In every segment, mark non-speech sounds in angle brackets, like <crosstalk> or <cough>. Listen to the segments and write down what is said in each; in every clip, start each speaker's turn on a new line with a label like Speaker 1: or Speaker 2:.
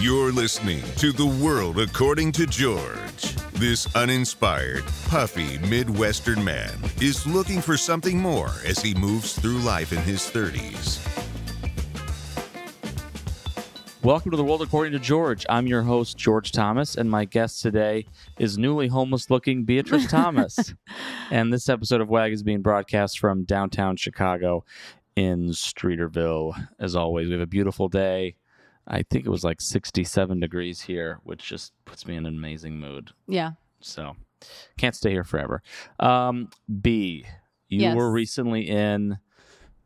Speaker 1: You're listening to The World According to George. This uninspired, puffy Midwestern man is looking for something more as he moves through life in his 30s.
Speaker 2: Welcome to the world according to George. I'm your host, George Thomas, and my guest today is newly homeless looking Beatrice Thomas. and this episode of WAG is being broadcast from downtown Chicago in Streeterville. As always, we have a beautiful day. I think it was like 67 degrees here, which just puts me in an amazing mood.
Speaker 3: Yeah.
Speaker 2: So can't stay here forever. Um, B, you
Speaker 3: Yes.
Speaker 2: were recently in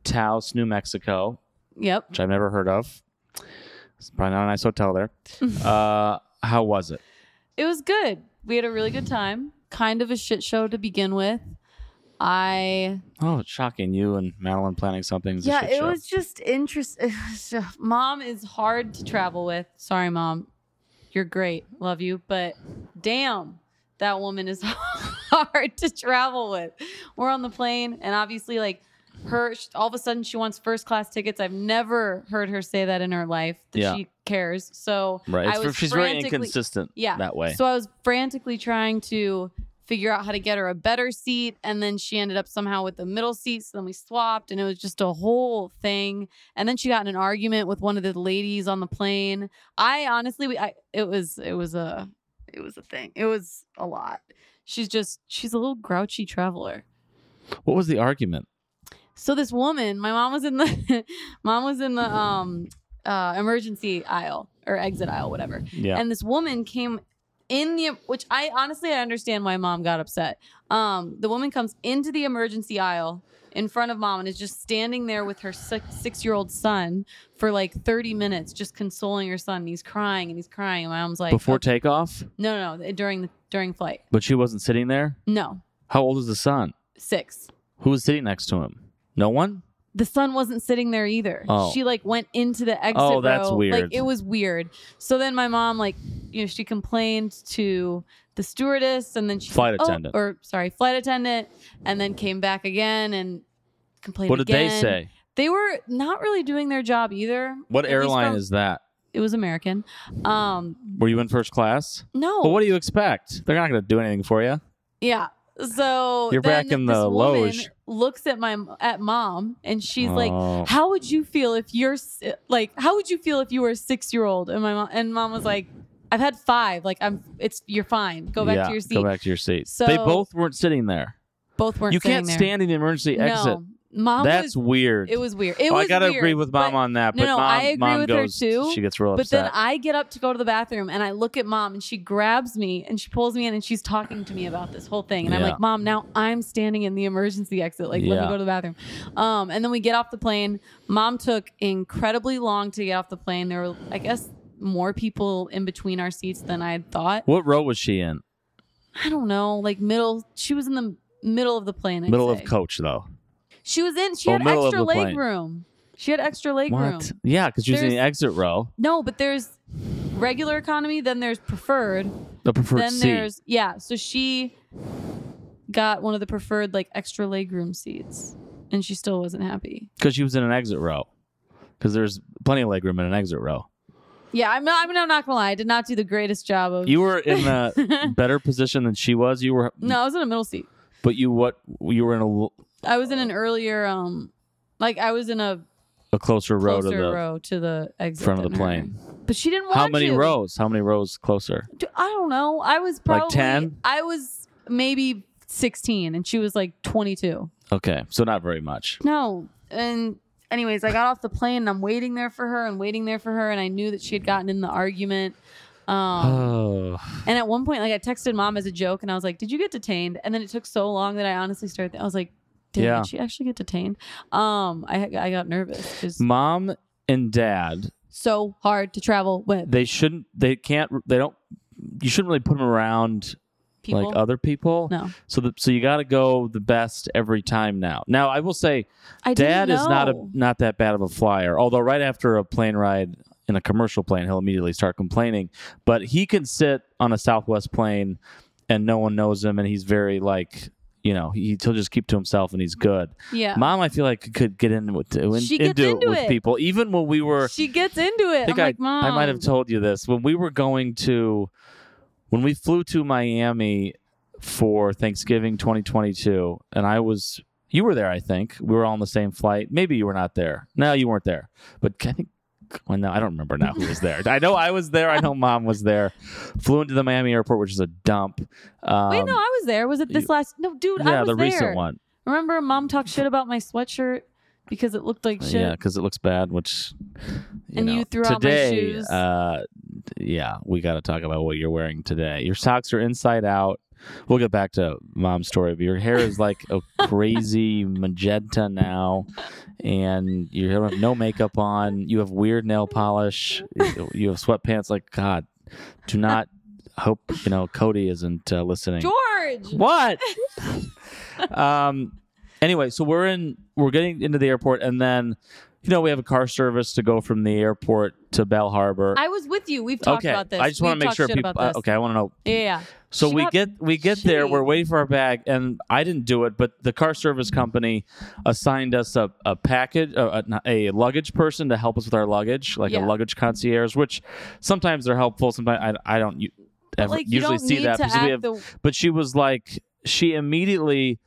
Speaker 2: Taos, New Mexico,
Speaker 3: Yep.
Speaker 2: which I've never heard of. It's probably not a nice hotel
Speaker 3: <laughs>
Speaker 2: there. uh, how was it?
Speaker 3: It was good. We had a really good time. Kind of a shit show to begin with. I
Speaker 2: Oh, it's shocking. You and Madeline planning something. is a
Speaker 3: yeah,
Speaker 2: shit
Speaker 3: it
Speaker 2: show.
Speaker 3: was just <laughs> interesting. mom is hard to travel with. Sorry, mom. You're great. Love you, but damn, that woman is <laughs> hard to travel with. We're on the plane, and obviously, like her, sh- all of a sudden, she wants first class tickets. I've never heard her say that in her life that
Speaker 2: Yeah.
Speaker 3: she cares. So
Speaker 2: right.
Speaker 3: I
Speaker 2: It's-
Speaker 3: was
Speaker 2: she's very
Speaker 3: frantically-
Speaker 2: inconsistent.
Speaker 3: Yeah.
Speaker 2: that way.
Speaker 3: So I was frantically trying to figure out how to get her a better seat. And then she ended up somehow with the middle seat. So then we swapped and it was just a whole thing. And then she got in an argument with one of the ladies on the plane. I honestly, we, I, it was, it was a, it was a thing. It was a lot. She's just, she's a little grouchy traveler.
Speaker 2: what was the argument?
Speaker 3: So this woman, my mom was in the, <laughs> mom was in the, um, uh, emergency aisle or exit aisle, whatever.
Speaker 2: Yeah,
Speaker 3: And this woman came in the which I honestly I understand why mom got upset. Um, the woman comes into the emergency aisle in front of mom and is just standing there with her six six year old son for like thirty minutes, just consoling her son. And he's crying and he's crying. And my mom's like,
Speaker 2: before
Speaker 3: "Oh,
Speaker 2: takeoff,
Speaker 3: no, no, no, during the during flight,
Speaker 2: but she wasn't sitting there.
Speaker 3: no,
Speaker 2: How old is the son?
Speaker 3: six.
Speaker 2: Who was sitting next to him? No one.
Speaker 3: the son wasn't sitting there either.
Speaker 2: Oh.
Speaker 3: She like went into the exit.
Speaker 2: Oh, that's
Speaker 3: row.
Speaker 2: weird.
Speaker 3: Like it was weird. So then my mom, like, you know, she complained to the stewardess and then she
Speaker 2: Flight
Speaker 3: said, "Oh,"
Speaker 2: attendant.
Speaker 3: or sorry, flight attendant, and then came back again and complained.
Speaker 2: What did they
Speaker 3: again.
Speaker 2: say?
Speaker 3: They were not really doing their job either.
Speaker 2: What
Speaker 3: At least
Speaker 2: airline
Speaker 3: from-
Speaker 2: is that?
Speaker 3: It was American. Um,
Speaker 2: Were you in first class?
Speaker 3: no.
Speaker 2: Well, what do you expect? They're not going to do anything for you.
Speaker 3: Yeah. So
Speaker 2: You're
Speaker 3: then
Speaker 2: back in
Speaker 3: this
Speaker 2: the
Speaker 3: woman
Speaker 2: loge.
Speaker 3: Looks at my at mom and she's like,
Speaker 2: Oh.
Speaker 3: "How would you feel if you're s- like How would you feel if you were a six year old?" And my mom and mom was like, "I've had five. Like I'm. It's you're fine. Go back
Speaker 2: Yeah,
Speaker 3: to your seat."
Speaker 2: Go back to your seat.
Speaker 3: So-
Speaker 2: they both weren't sitting there.
Speaker 3: Both weren't.
Speaker 2: You can't
Speaker 3: sitting there.
Speaker 2: stand in the emergency exit.
Speaker 3: No, mom.
Speaker 2: That's
Speaker 3: was,
Speaker 2: weird.
Speaker 3: it was weird. It
Speaker 2: Oh,
Speaker 3: was
Speaker 2: I gotta
Speaker 3: weird,
Speaker 2: agree with mom
Speaker 3: but-
Speaker 2: on that.
Speaker 3: no,
Speaker 2: but
Speaker 3: no,
Speaker 2: mom,
Speaker 3: I agree
Speaker 2: mom
Speaker 3: with her
Speaker 2: goes,
Speaker 3: too,
Speaker 2: She gets real
Speaker 3: But
Speaker 2: upset.
Speaker 3: then I get up to go to the bathroom and I look at mom and she grabs me and she pulls me in and she's talking to me about this whole thing. And I'm
Speaker 2: Yeah.
Speaker 3: like, Mom, now I'm standing in the emergency exit. Like, let
Speaker 2: Yeah.
Speaker 3: me go to the bathroom. Um, and then we get off the plane. Mom took incredibly long to get off the plane. There were, I guess, more people in between our seats than I had thought.
Speaker 2: what row was she in?
Speaker 3: I don't know, like middle. She was in the middle of the plane. I'd
Speaker 2: Middle
Speaker 3: say.
Speaker 2: of coach though.
Speaker 3: She was in. She
Speaker 2: Oh,
Speaker 3: had
Speaker 2: middle of
Speaker 3: extra
Speaker 2: the
Speaker 3: leg
Speaker 2: plane.
Speaker 3: room. She had extra leg room.
Speaker 2: What? Yeah, because she was in the
Speaker 3: There's-
Speaker 2: exit row,
Speaker 3: No, but there's regular economy, then there's preferred,
Speaker 2: the preferred
Speaker 3: then
Speaker 2: seat.
Speaker 3: there's yeah. So she got one of the preferred like extra legroom seats, and she still wasn't happy.
Speaker 2: because she was in an exit row. Because there's plenty of legroom in an exit row.
Speaker 3: Yeah, I'm not. I mean, I'm not gonna lie. I did not do the greatest job of.
Speaker 2: You were in a
Speaker 3: <laughs>
Speaker 2: better position than she was. You were,
Speaker 3: no, I was in a middle seat.
Speaker 2: but you what? You were in a, l-
Speaker 3: I was in an earlier um, like I was in a
Speaker 2: a closer row to
Speaker 3: closer
Speaker 2: the.
Speaker 3: row to the exit
Speaker 2: front of
Speaker 3: than
Speaker 2: the
Speaker 3: her.
Speaker 2: plane.
Speaker 3: But she didn't want
Speaker 2: How many
Speaker 3: to.
Speaker 2: rows? How many rows closer?
Speaker 3: D- I don't know. I was
Speaker 2: Like
Speaker 3: probably
Speaker 2: 10?
Speaker 3: I was maybe 16, and she was like 22.
Speaker 2: Okay, so not very much.
Speaker 3: No. And anyways, I got off the plane and I'm waiting there for her and waiting there for her and I knew that she had gotten in the argument. Um,
Speaker 2: Oh,
Speaker 3: and at one point, like I texted mom as a joke and I was like, "Did you get detained?" And then it took so long that I honestly started. I was like, "Damn,
Speaker 2: Yeah.
Speaker 3: did she actually get detained?" Um, I I got nervous.
Speaker 2: Mm.
Speaker 3: It's
Speaker 2: <sighs> mom and dad
Speaker 3: so hard to travel with
Speaker 2: they shouldn't they can't they don't you shouldn't really put them around
Speaker 3: people.
Speaker 2: like other people
Speaker 3: no,
Speaker 2: so the, so you got to go the best every time now now i will say
Speaker 3: I
Speaker 2: dad
Speaker 3: didn't
Speaker 2: is not a
Speaker 3: know.
Speaker 2: not that bad of a flyer although right after a plane ride in a commercial plane he'll immediately start complaining but he can sit on a southwest plane and no one knows him and he's very like you know, he, he'll just keep to himself and he's good.
Speaker 3: Yeah.
Speaker 2: Mom, I feel like could get in with in,
Speaker 3: She gets
Speaker 2: into, it
Speaker 3: into
Speaker 2: with
Speaker 3: it.
Speaker 2: people, even when we were.
Speaker 3: she gets into it.
Speaker 2: I think
Speaker 3: I'm
Speaker 2: I,
Speaker 3: like, mom.
Speaker 2: I might have told you this when we were going to when we flew to Miami for Thanksgiving 2022, and I was you were there. I think we were all on the same flight. Maybe you were not there. No, you weren't there. But I think. Well, no, I don't remember now who was there. I know I was there. I know mom was there. Flew into the Miami airport, which is a dump. Um,
Speaker 3: Wait, no, I was there. Was it this
Speaker 2: you-
Speaker 3: last? No, dude, I
Speaker 2: yeah,
Speaker 3: was
Speaker 2: the
Speaker 3: there.
Speaker 2: recent one.
Speaker 3: Remember, mom talked shit about my sweatshirt because it looked like shit.
Speaker 2: Oh, Yeah, because it looks bad. Which you
Speaker 3: And
Speaker 2: know,
Speaker 3: you threw out my
Speaker 2: today,
Speaker 3: shoes.
Speaker 2: Uh, yeah, we got to talk about what you're wearing today. Your socks are inside out. We'll get back to mom's story, but your hair is like
Speaker 3: <laughs>
Speaker 2: a crazy magenta now, and you have no makeup on. You have weird nail polish. You have sweatpants. Like God, do not hope you know Cody isn't uh, listening.
Speaker 3: George.
Speaker 2: What? <laughs> um. Anyway, so we're in. We're getting into the airport, and then, you know, we have a car service to go from the airport to Bell Harbor.
Speaker 3: I was with you. We've talked
Speaker 2: okay.
Speaker 3: about this.
Speaker 2: I just want to
Speaker 3: We've
Speaker 2: make
Speaker 3: talked
Speaker 2: sure
Speaker 3: shit
Speaker 2: people.
Speaker 3: About this.
Speaker 2: uh, okay, I want to know.
Speaker 3: Yeah, yeah.
Speaker 2: So
Speaker 3: She
Speaker 2: we
Speaker 3: got
Speaker 2: get we get there.
Speaker 3: shitty.
Speaker 2: We're waiting for our bag, and I didn't do it, but the car service company assigned us a a package, uh, a, a, a luggage person to help us with our luggage, like a
Speaker 3: Yeah.
Speaker 2: luggage concierge, which sometimes they're helpful. Sometimes I I don't. u- Ever,
Speaker 3: like, you
Speaker 2: usually
Speaker 3: don't
Speaker 2: see
Speaker 3: need
Speaker 2: that
Speaker 3: to
Speaker 2: because
Speaker 3: act
Speaker 2: we have
Speaker 3: the-
Speaker 2: but she was like she immediately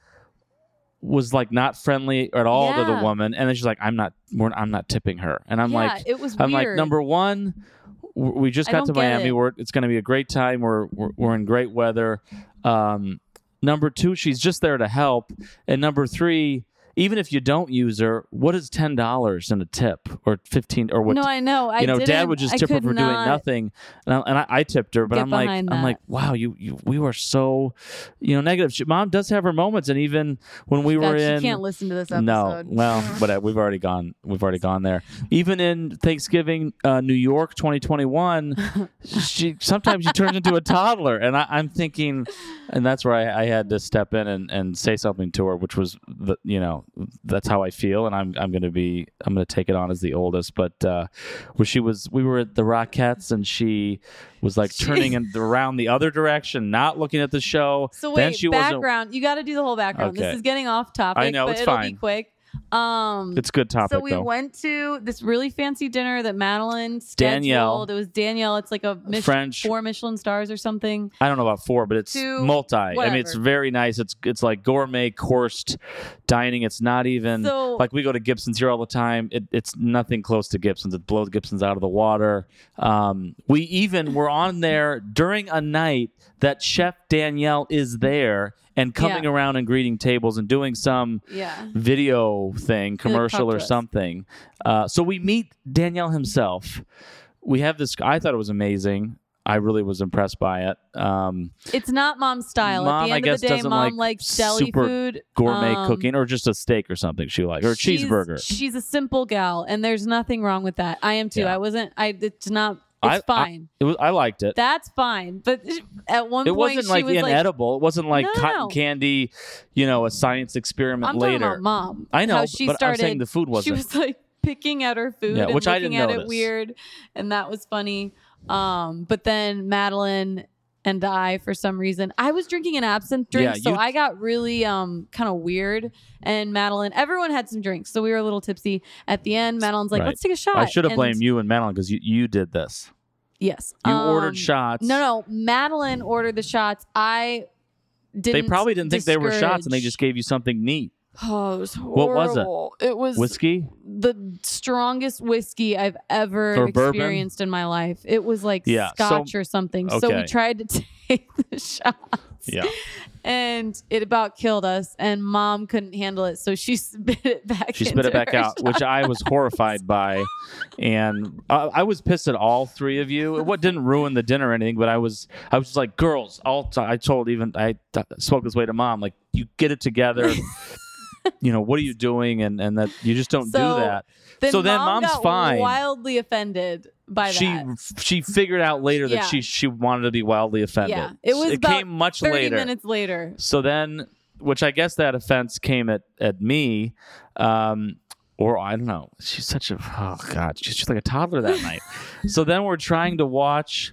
Speaker 2: was like not friendly at all to the
Speaker 3: Yeah.
Speaker 2: woman and then she's like i'm not we're, i'm not tipping her and i'm
Speaker 3: yeah,
Speaker 2: like
Speaker 3: it was
Speaker 2: i'm
Speaker 3: weird.
Speaker 2: like number one w- we just
Speaker 3: I
Speaker 2: got
Speaker 3: don't
Speaker 2: to
Speaker 3: get
Speaker 2: miami
Speaker 3: it.
Speaker 2: we're, it's going to be a great time we're, we're we're in great weather um number two she's just there to help and number three even if you don't use her what is ten dollars in a tip or 15 or what
Speaker 3: No, I know. I
Speaker 2: you know, Dad
Speaker 3: didn't-
Speaker 2: would just
Speaker 3: I
Speaker 2: tip her
Speaker 3: could
Speaker 2: for doing
Speaker 3: not-
Speaker 2: nothing, and I, and I, I tipped her. But
Speaker 3: get
Speaker 2: I'm like,
Speaker 3: behind
Speaker 2: I'm
Speaker 3: that.
Speaker 2: like, wow, you, you, we were so, you know, negative. She, Mom does have her moments, and even when we were
Speaker 3: God,
Speaker 2: in,
Speaker 3: she can't listen to this episode.
Speaker 2: no, well,
Speaker 3: <laughs>
Speaker 2: but uh, we've already gone, we've already gone there. Even in Thanksgiving, uh, New York,
Speaker 3: <laughs>
Speaker 2: 2021, she sometimes she turns into a toddler, and I, I'm thinking, and that's where I, I had to step in and, and say something to her, which was, the, you know, that's how I feel, and I'm I'm gonna be I'm gonna take it on as the oldest, but uh, where she was, we were at the Rockettes, and she was like turning in, around the other direction, not looking at the show.
Speaker 3: So
Speaker 2: Then
Speaker 3: wait,
Speaker 2: she wasn't-
Speaker 3: background. You got to do the whole background.
Speaker 2: Okay.
Speaker 3: This is getting off topic.
Speaker 2: I know,
Speaker 3: but
Speaker 2: it's
Speaker 3: it'll
Speaker 2: fine.
Speaker 3: be quick. Um,
Speaker 2: It's a good topic
Speaker 3: so we
Speaker 2: though.
Speaker 3: went to this really fancy dinner that Madeline
Speaker 2: Danielle.
Speaker 3: scheduled. It was Danielle. It's like a Mich-
Speaker 2: French
Speaker 3: four Michelin stars or something.
Speaker 2: I don't know about four, but it's
Speaker 3: Two,
Speaker 2: multi. I mean, it's
Speaker 3: whatever.
Speaker 2: very nice. It's it's like gourmet coursed dining. It's not even
Speaker 3: So-
Speaker 2: like we go to Gibson's here all the time. It, it's nothing close to Gibson's. It blows Gibson's out of the water. Um, we even were on there during a night that Chef Danielle is there and coming
Speaker 3: Yeah.
Speaker 2: around and greeting tables and doing some
Speaker 3: Yeah.
Speaker 2: video thing, commercial
Speaker 3: talk to
Speaker 2: or
Speaker 3: us.
Speaker 2: something. Uh, so we meet Danielle himself. We have this. I thought it was amazing. I really was impressed by it. Um,
Speaker 3: It's not mom's style.
Speaker 2: Mom,
Speaker 3: At the
Speaker 2: I
Speaker 3: end
Speaker 2: guess,
Speaker 3: of the day,
Speaker 2: doesn't
Speaker 3: mom
Speaker 2: like
Speaker 3: likes deli
Speaker 2: super
Speaker 3: food,
Speaker 2: gourmet
Speaker 3: Um,
Speaker 2: cooking, or just a steak or something she liked, or a
Speaker 3: she's-
Speaker 2: cheeseburger.
Speaker 3: She's a simple gal, and there's nothing wrong with that. I am too.
Speaker 2: Yeah.
Speaker 3: I wasn't. I. It's not. It's
Speaker 2: I- I-
Speaker 3: fine.
Speaker 2: it was. I liked it.
Speaker 3: That's fine. But at one
Speaker 2: it
Speaker 3: point,
Speaker 2: wasn't
Speaker 3: she
Speaker 2: like
Speaker 3: was like,
Speaker 2: inedible. it wasn't like
Speaker 3: No, no,
Speaker 2: cotton
Speaker 3: no.
Speaker 2: candy, you know, a science experiment
Speaker 3: "I'm
Speaker 2: later.
Speaker 3: talking about mom."
Speaker 2: I know,
Speaker 3: How she
Speaker 2: but I'm
Speaker 3: started.
Speaker 2: saying the food
Speaker 3: she
Speaker 2: wasn't.
Speaker 3: was like picking at her food
Speaker 2: Yeah,
Speaker 3: and
Speaker 2: which I
Speaker 3: looking
Speaker 2: didn't
Speaker 3: at
Speaker 2: notice.
Speaker 3: it weird, and that was funny. Um, but then Madeline and I, for some reason, I was drinking an absinthe drink,
Speaker 2: Yeah,
Speaker 3: so
Speaker 2: you-
Speaker 3: I got really um kind of weird. And Madeline, everyone had some drinks, so we were a little tipsy at the end. Madeline's like,
Speaker 2: Right.
Speaker 3: "Let's take a shot."
Speaker 2: I should have
Speaker 3: And-
Speaker 2: blamed you and Madeline because you, you did this.
Speaker 3: Yes,
Speaker 2: You
Speaker 3: Um,
Speaker 2: ordered shots.
Speaker 3: No, no, Madeline ordered the shots. I didn't.
Speaker 2: They probably didn't think they were shots, and they
Speaker 3: discourage-
Speaker 2: just gave you something neat.
Speaker 3: Oh, it was horrible.
Speaker 2: What was it?
Speaker 3: it? It was
Speaker 2: Whiskey.
Speaker 3: the strongest whiskey I've ever
Speaker 2: Or bourbon?
Speaker 3: experienced in my life. It was like
Speaker 2: Yeah, so-
Speaker 3: scotch or something. So
Speaker 2: okay.
Speaker 3: we tried to <laughs> take the shots
Speaker 2: Yeah.
Speaker 3: and it about killed us and mom couldn't handle it. So she <laughs> spit it back <laughs>
Speaker 2: She spit
Speaker 3: into
Speaker 2: it back
Speaker 3: her
Speaker 2: out,
Speaker 3: shot.
Speaker 2: which I was horrified by, and I, I was pissed at all three of you. What didn't ruin the dinner or anything, but I was I was just like, girls, all t- I told even I t- spoke this way to mom, like you get it
Speaker 3: <laughs>
Speaker 2: together. you know what are you doing, and and that you just don't
Speaker 3: So,
Speaker 2: do that. so then
Speaker 3: mom
Speaker 2: mom's
Speaker 3: got
Speaker 2: fine.
Speaker 3: wildly offended by
Speaker 2: she
Speaker 3: that.
Speaker 2: she figured out later
Speaker 3: Yeah.
Speaker 2: that she she wanted to be wildly offended.
Speaker 3: Yeah. It was
Speaker 2: it
Speaker 3: about
Speaker 2: came much
Speaker 3: 30
Speaker 2: later.
Speaker 3: minutes later.
Speaker 2: So then, which I guess that offense came at at me. Um, or I don't know. She's such a oh god, she's just like a toddler that night.
Speaker 3: <laughs>
Speaker 2: So then we're trying to watch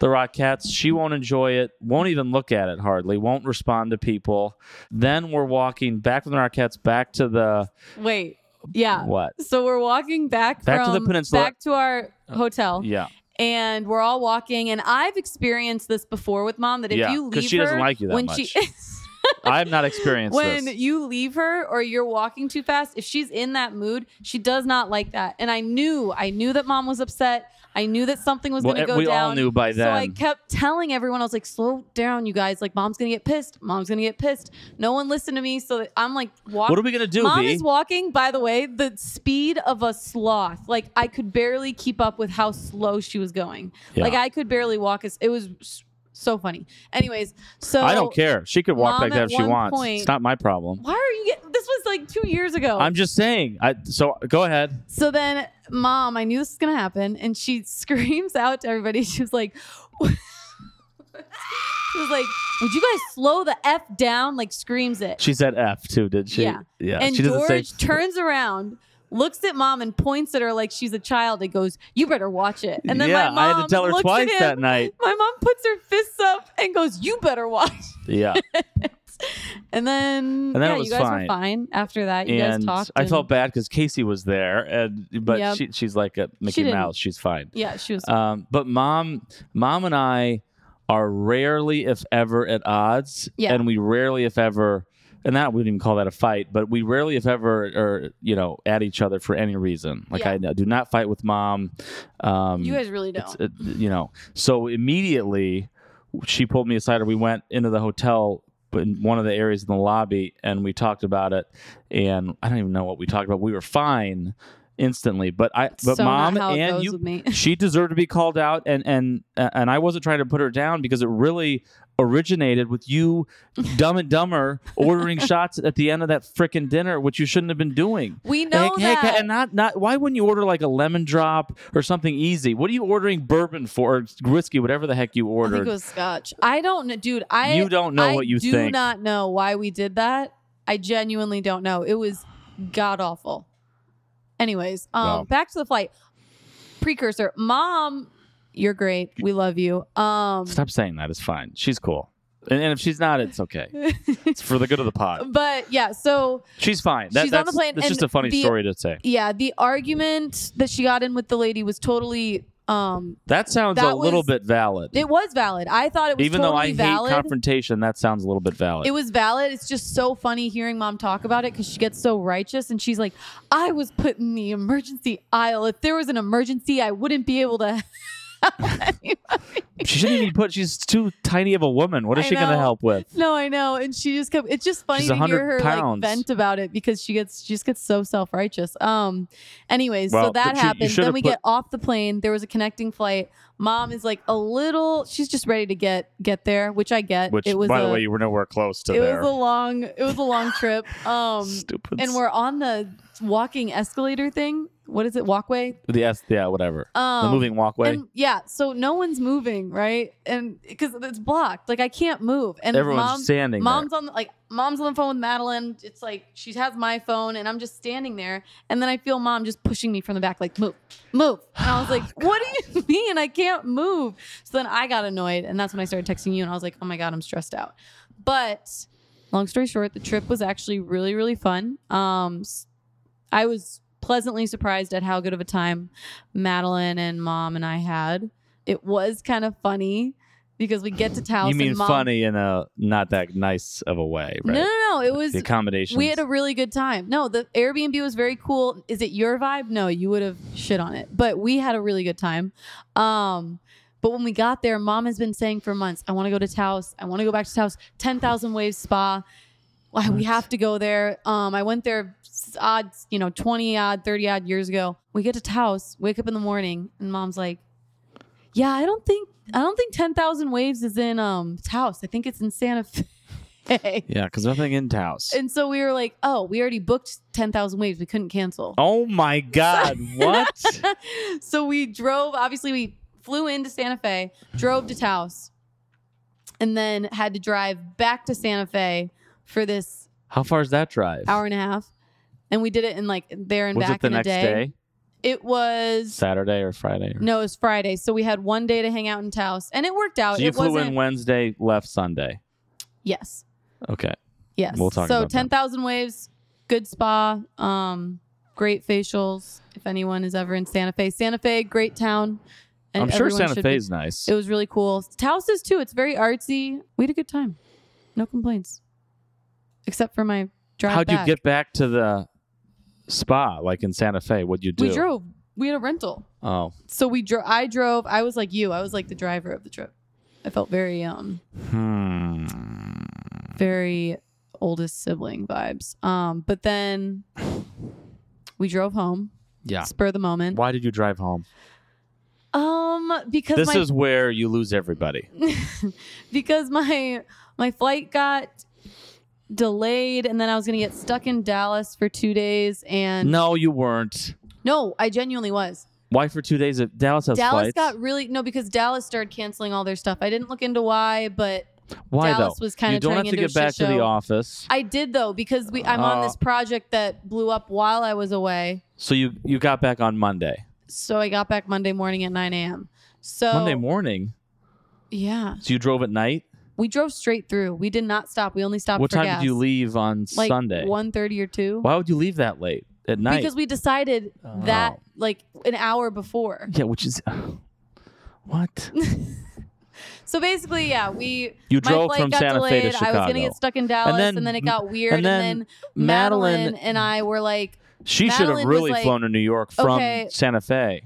Speaker 2: the Rockettes. She won't enjoy it, won't even look at it hardly, won't respond to people. Then we're walking back from the Rockettes back to the
Speaker 3: Wait. Yeah.
Speaker 2: what?
Speaker 3: So we're walking back,
Speaker 2: Back to the
Speaker 3: from-
Speaker 2: peninsula. Oh,
Speaker 3: back to our hotel,
Speaker 2: Yeah,
Speaker 3: and we're all walking. And I've experienced this before with mom that if
Speaker 2: Yeah,
Speaker 3: you
Speaker 2: 'cause
Speaker 3: leave
Speaker 2: she doesn't
Speaker 3: her
Speaker 2: like you that
Speaker 3: when
Speaker 2: much.
Speaker 3: she <laughs>
Speaker 2: I have not experienced
Speaker 3: when
Speaker 2: this.
Speaker 3: you leave her or you're walking too fast, if she's in that mood, she does not like that. And I knew, I knew that mom was upset. I knew that something was
Speaker 2: Well,
Speaker 3: going
Speaker 2: e-
Speaker 3: to go
Speaker 2: we all
Speaker 3: down.
Speaker 2: knew by
Speaker 3: So I
Speaker 2: then.
Speaker 3: kept telling everyone, I was like, slow down, you guys. Like, mom's going to get pissed. Mom's going to get pissed. No one listened to me. So I'm like, walk-
Speaker 2: What are we gonna do,
Speaker 3: Mom
Speaker 2: B?
Speaker 3: is walking, by the way, the speed of a sloth. Like, I could barely keep up with how slow she was going.
Speaker 2: Yeah.
Speaker 3: Like, I could barely walk. As- it was s- so funny. Anyways, so.
Speaker 2: I don't care. She could walk
Speaker 3: Mom,
Speaker 2: back there
Speaker 3: at
Speaker 2: if she
Speaker 3: one
Speaker 2: wants.
Speaker 3: point-
Speaker 2: it's not my problem.
Speaker 3: Why are you getting this? Was like two years ago.
Speaker 2: I'm just saying. I so go ahead.
Speaker 3: So then, mom, I knew this was gonna happen, and she <laughs> screams out to everybody. She was like, <laughs> "She was like, would you guys slow the f down?" Like screams it.
Speaker 2: She said F too, did she?
Speaker 3: Yeah. and
Speaker 2: she doesn't
Speaker 3: George
Speaker 2: say
Speaker 3: turns around, looks at mom, and points at her like she's a child. And goes, "You better watch it." And then
Speaker 2: yeah,
Speaker 3: my mom
Speaker 2: I had to tell her
Speaker 3: looks at
Speaker 2: twice
Speaker 3: him.
Speaker 2: that
Speaker 3: <laughs>
Speaker 2: night.
Speaker 3: My mom puts her fists up and goes, "You better watch."
Speaker 2: Yeah.
Speaker 3: And then,
Speaker 2: And then
Speaker 3: yeah,
Speaker 2: it was
Speaker 3: you guys
Speaker 2: fine.
Speaker 3: were fine after that. You
Speaker 2: and
Speaker 3: guys talked.
Speaker 2: I
Speaker 3: and-
Speaker 2: felt bad because Casey was there, and but
Speaker 3: Yep.
Speaker 2: she, she's like a Mickey
Speaker 3: didn't-
Speaker 2: Mouse. She's fine.
Speaker 3: Yeah, she was.
Speaker 2: Um, but mom, mom and I are rarely, if ever, at odds.
Speaker 3: Yeah.
Speaker 2: And we rarely, if ever, and that we wouldn't even call that a fight, but we rarely, if ever, are you know at each other for any reason. Like
Speaker 3: Yeah.
Speaker 2: I do not fight with mom. Um,
Speaker 3: you guys really don't.
Speaker 2: it's, it, you know so immediately she pulled me aside or we went into the hotel but in one of the areas in the lobby and we talked about it and i don't even know what we talked about we were fine instantly but i but
Speaker 3: so
Speaker 2: mom
Speaker 3: not how it
Speaker 2: and
Speaker 3: goes
Speaker 2: you
Speaker 3: with
Speaker 2: <laughs>
Speaker 3: me. <laughs>
Speaker 2: she deserved to be called out and and uh, and I wasn't trying to put her down because it really originated with
Speaker 3: <laughs>
Speaker 2: you dumb and dumber ordering shots at the end of that frickin' dinner which you shouldn't have been doing.
Speaker 3: We know
Speaker 2: Hey, hey,
Speaker 3: that.
Speaker 2: ca- and not not why wouldn't you order like a lemon drop or something easy? What are you ordering bourbon for or whiskey whatever the heck you
Speaker 3: I think
Speaker 2: ordered?
Speaker 3: it was scotch. I don't know, dude. I
Speaker 2: You don't know
Speaker 3: I
Speaker 2: what you
Speaker 3: do
Speaker 2: think.
Speaker 3: not know why we did that. I genuinely don't know. It was god awful. Anyways, um,
Speaker 2: Wow.
Speaker 3: back to the flight. Precursor, mom, you're great. We love you. Um,
Speaker 2: Stop saying that. It's fine. She's cool. And, and if she's not, it's okay. It's for the good of the pod.
Speaker 3: <laughs> but yeah, so
Speaker 2: She's fine. That,
Speaker 3: She's on
Speaker 2: that's,
Speaker 3: the plane
Speaker 2: That's
Speaker 3: and
Speaker 2: just a funny
Speaker 3: the-
Speaker 2: story to say.
Speaker 3: yeah, the argument that she got in with the lady was totally. Um,
Speaker 2: That sounds
Speaker 3: That
Speaker 2: a little
Speaker 3: was-
Speaker 2: bit valid.
Speaker 3: it was valid. I thought it was
Speaker 2: Even though
Speaker 3: totally
Speaker 2: I
Speaker 3: valid.
Speaker 2: hate confrontation, that sounds a little bit valid.
Speaker 3: It was valid. It's just so funny hearing mom talk about it because she gets so righteous and she's like, I was put in the emergency aisle. If there was an emergency, I wouldn't be able to. <laughs>
Speaker 2: She shouldn't even put. She's too tiny of a woman. What is
Speaker 3: I
Speaker 2: she going to
Speaker 3: know.
Speaker 2: help with?
Speaker 3: no, I know. And she just kept, it's just funny
Speaker 2: She's
Speaker 3: to
Speaker 2: 100
Speaker 3: hear her
Speaker 2: pounds.
Speaker 3: like vent about it because she gets, she just gets so self righteous. Um, anyways,
Speaker 2: Well,
Speaker 3: so that
Speaker 2: but you- you
Speaker 3: happened.
Speaker 2: should
Speaker 3: Then
Speaker 2: have
Speaker 3: we
Speaker 2: put-
Speaker 3: get off the plane. There was a connecting flight. Mom is like a little, she's just ready to get, get there, which I get.
Speaker 2: Which,
Speaker 3: it was
Speaker 2: by
Speaker 3: a,
Speaker 2: the way, you were nowhere close to
Speaker 3: it
Speaker 2: there.
Speaker 3: was a long, it was a long trip. Um,
Speaker 2: Stupid.
Speaker 3: and we're on the walking escalator thing. What is it? Walkway.
Speaker 2: the S, yeah, whatever.
Speaker 3: Um,
Speaker 2: the moving walkway.
Speaker 3: And yeah, so no one's moving, right? And because it's blocked, like I can't move. And
Speaker 2: Everyone's
Speaker 3: mom,
Speaker 2: standing. there.
Speaker 3: mom's on the, like mom's on the phone with Madeline. It's like she has my phone, and I'm just standing there. And then I feel mom just pushing me from the back, like move, move. And
Speaker 2: <sighs>
Speaker 3: I was like,
Speaker 2: Oh,
Speaker 3: what do you <laughs> mean I can't move? So then I got annoyed, and that's when I started texting you, and I was like, oh my god, I'm stressed out. But long story short, the trip was actually really really fun. Um, s- I was pleasantly surprised at how good of a time Madeline and mom and I had. It was kind of funny. Because we get to Taos
Speaker 2: You mean
Speaker 3: and mom
Speaker 2: funny in a not that nice of a way, right?
Speaker 3: no, no, no. It was.
Speaker 2: the accommodations.
Speaker 3: We had a really good time. No, the Airbnb was very cool. Is it your vibe? No, you would have shit on it. But we had a really good time. Um, but when we got there, mom has been saying for months, I want to go to Taos. I want to go back to Taos. 10,000 Waves Spa. Why we have to go there. Um, I went there s- odd, you know, 20 odd, 30 odd years ago. We get to Taos, wake up in the morning, and mom's like, yeah, I don't think I don't think 10,000 Waves is in um Taos. I think it's in Santa Fe.
Speaker 2: yeah, because nothing in Taos.
Speaker 3: And so we were like, oh, we already booked 10,000 waves. We couldn't cancel.
Speaker 2: oh my
Speaker 3: <laughs>
Speaker 2: God! what?
Speaker 3: So we drove, obviously, we flew into Santa Fe, drove to Taos, and then had to drive back to Santa Fe for this
Speaker 2: How far is that drive?
Speaker 3: hour and a half. and we did it in like there and
Speaker 2: was
Speaker 3: back
Speaker 2: it the
Speaker 3: in
Speaker 2: next
Speaker 3: a day.
Speaker 2: day?
Speaker 3: It was
Speaker 2: Saturday or Friday? or-
Speaker 3: no, it was Friday, so we had one day to hang out in Taos, and it worked out.
Speaker 2: So you
Speaker 3: it
Speaker 2: flew
Speaker 3: wasn't
Speaker 2: in Wednesday, left Sunday.
Speaker 3: yes,
Speaker 2: Okay.
Speaker 3: yes.
Speaker 2: We'll talk
Speaker 3: so
Speaker 2: about that.
Speaker 3: ten thousand waves, good spa, um, great facials. If anyone is ever in Santa Fe, Santa Fe, great town. and
Speaker 2: I'm sure
Speaker 3: everyone
Speaker 2: Santa
Speaker 3: should be-
Speaker 2: Fe's nice.
Speaker 3: It was really cool. Taos is too. It's very artsy. We had a good time. No complaints, except for my drive.
Speaker 2: How'd
Speaker 3: back.
Speaker 2: you get back to the spa, like in Santa Fe? What'd you do?
Speaker 3: We drove. We had a rental,
Speaker 2: Oh.
Speaker 3: so we drove. I drove. I was like you. I was like the driver of the trip. I felt very um
Speaker 2: Hmm.
Speaker 3: very oldest sibling vibes. Um, but then we drove home.
Speaker 2: Yeah.
Speaker 3: Spur of the moment.
Speaker 2: Why did you drive home?
Speaker 3: Um, because
Speaker 2: This
Speaker 3: my
Speaker 2: is where you lose everybody.
Speaker 3: <laughs> because my my flight got delayed and then I was gonna get stuck in Dallas for two days and
Speaker 2: No, you weren't.
Speaker 3: No, I genuinely was.
Speaker 2: Why for two days? At Dallas has
Speaker 3: Dallas
Speaker 2: flights.
Speaker 3: got really no because Dallas started canceling all their stuff. I didn't look into why, but
Speaker 2: Why
Speaker 3: Dallas
Speaker 2: though?
Speaker 3: was kinda
Speaker 2: you don't have
Speaker 3: turning
Speaker 2: to
Speaker 3: into a
Speaker 2: get back
Speaker 3: shit
Speaker 2: to the
Speaker 3: show.
Speaker 2: office.
Speaker 3: I did though because we I'm on
Speaker 2: Uh.
Speaker 3: this project that blew up while I was away.
Speaker 2: So you you got back on Monday.
Speaker 3: So I got back Monday morning at 9 a.m. So
Speaker 2: Monday morning.
Speaker 3: yeah,
Speaker 2: So you drove at night.
Speaker 3: we drove straight through. We did not stop. We only stopped.
Speaker 2: what
Speaker 3: for
Speaker 2: time
Speaker 3: gas.
Speaker 2: did you leave on
Speaker 3: Like
Speaker 2: Sunday?
Speaker 3: 1:30 or two.
Speaker 2: Why would you leave that late at night? Oh.
Speaker 3: Because we decided that like an hour before.
Speaker 2: yeah, which is <sighs>
Speaker 3: <laughs>
Speaker 2: what
Speaker 3: So basically, yeah, we
Speaker 2: you
Speaker 3: my
Speaker 2: drove
Speaker 3: flight
Speaker 2: from
Speaker 3: got
Speaker 2: Santa
Speaker 3: delayed.
Speaker 2: Fe to
Speaker 3: I was
Speaker 2: Chicago.
Speaker 3: gonna get stuck in Dallas, and then,
Speaker 2: then-
Speaker 3: it got weird,
Speaker 2: and
Speaker 3: and then,
Speaker 2: then
Speaker 3: Madeline,
Speaker 2: Madeline-
Speaker 3: and I were like,
Speaker 2: she should have
Speaker 3: Madeline was
Speaker 2: really
Speaker 3: like,
Speaker 2: flown to New York from
Speaker 3: okay.
Speaker 2: Santa Fe.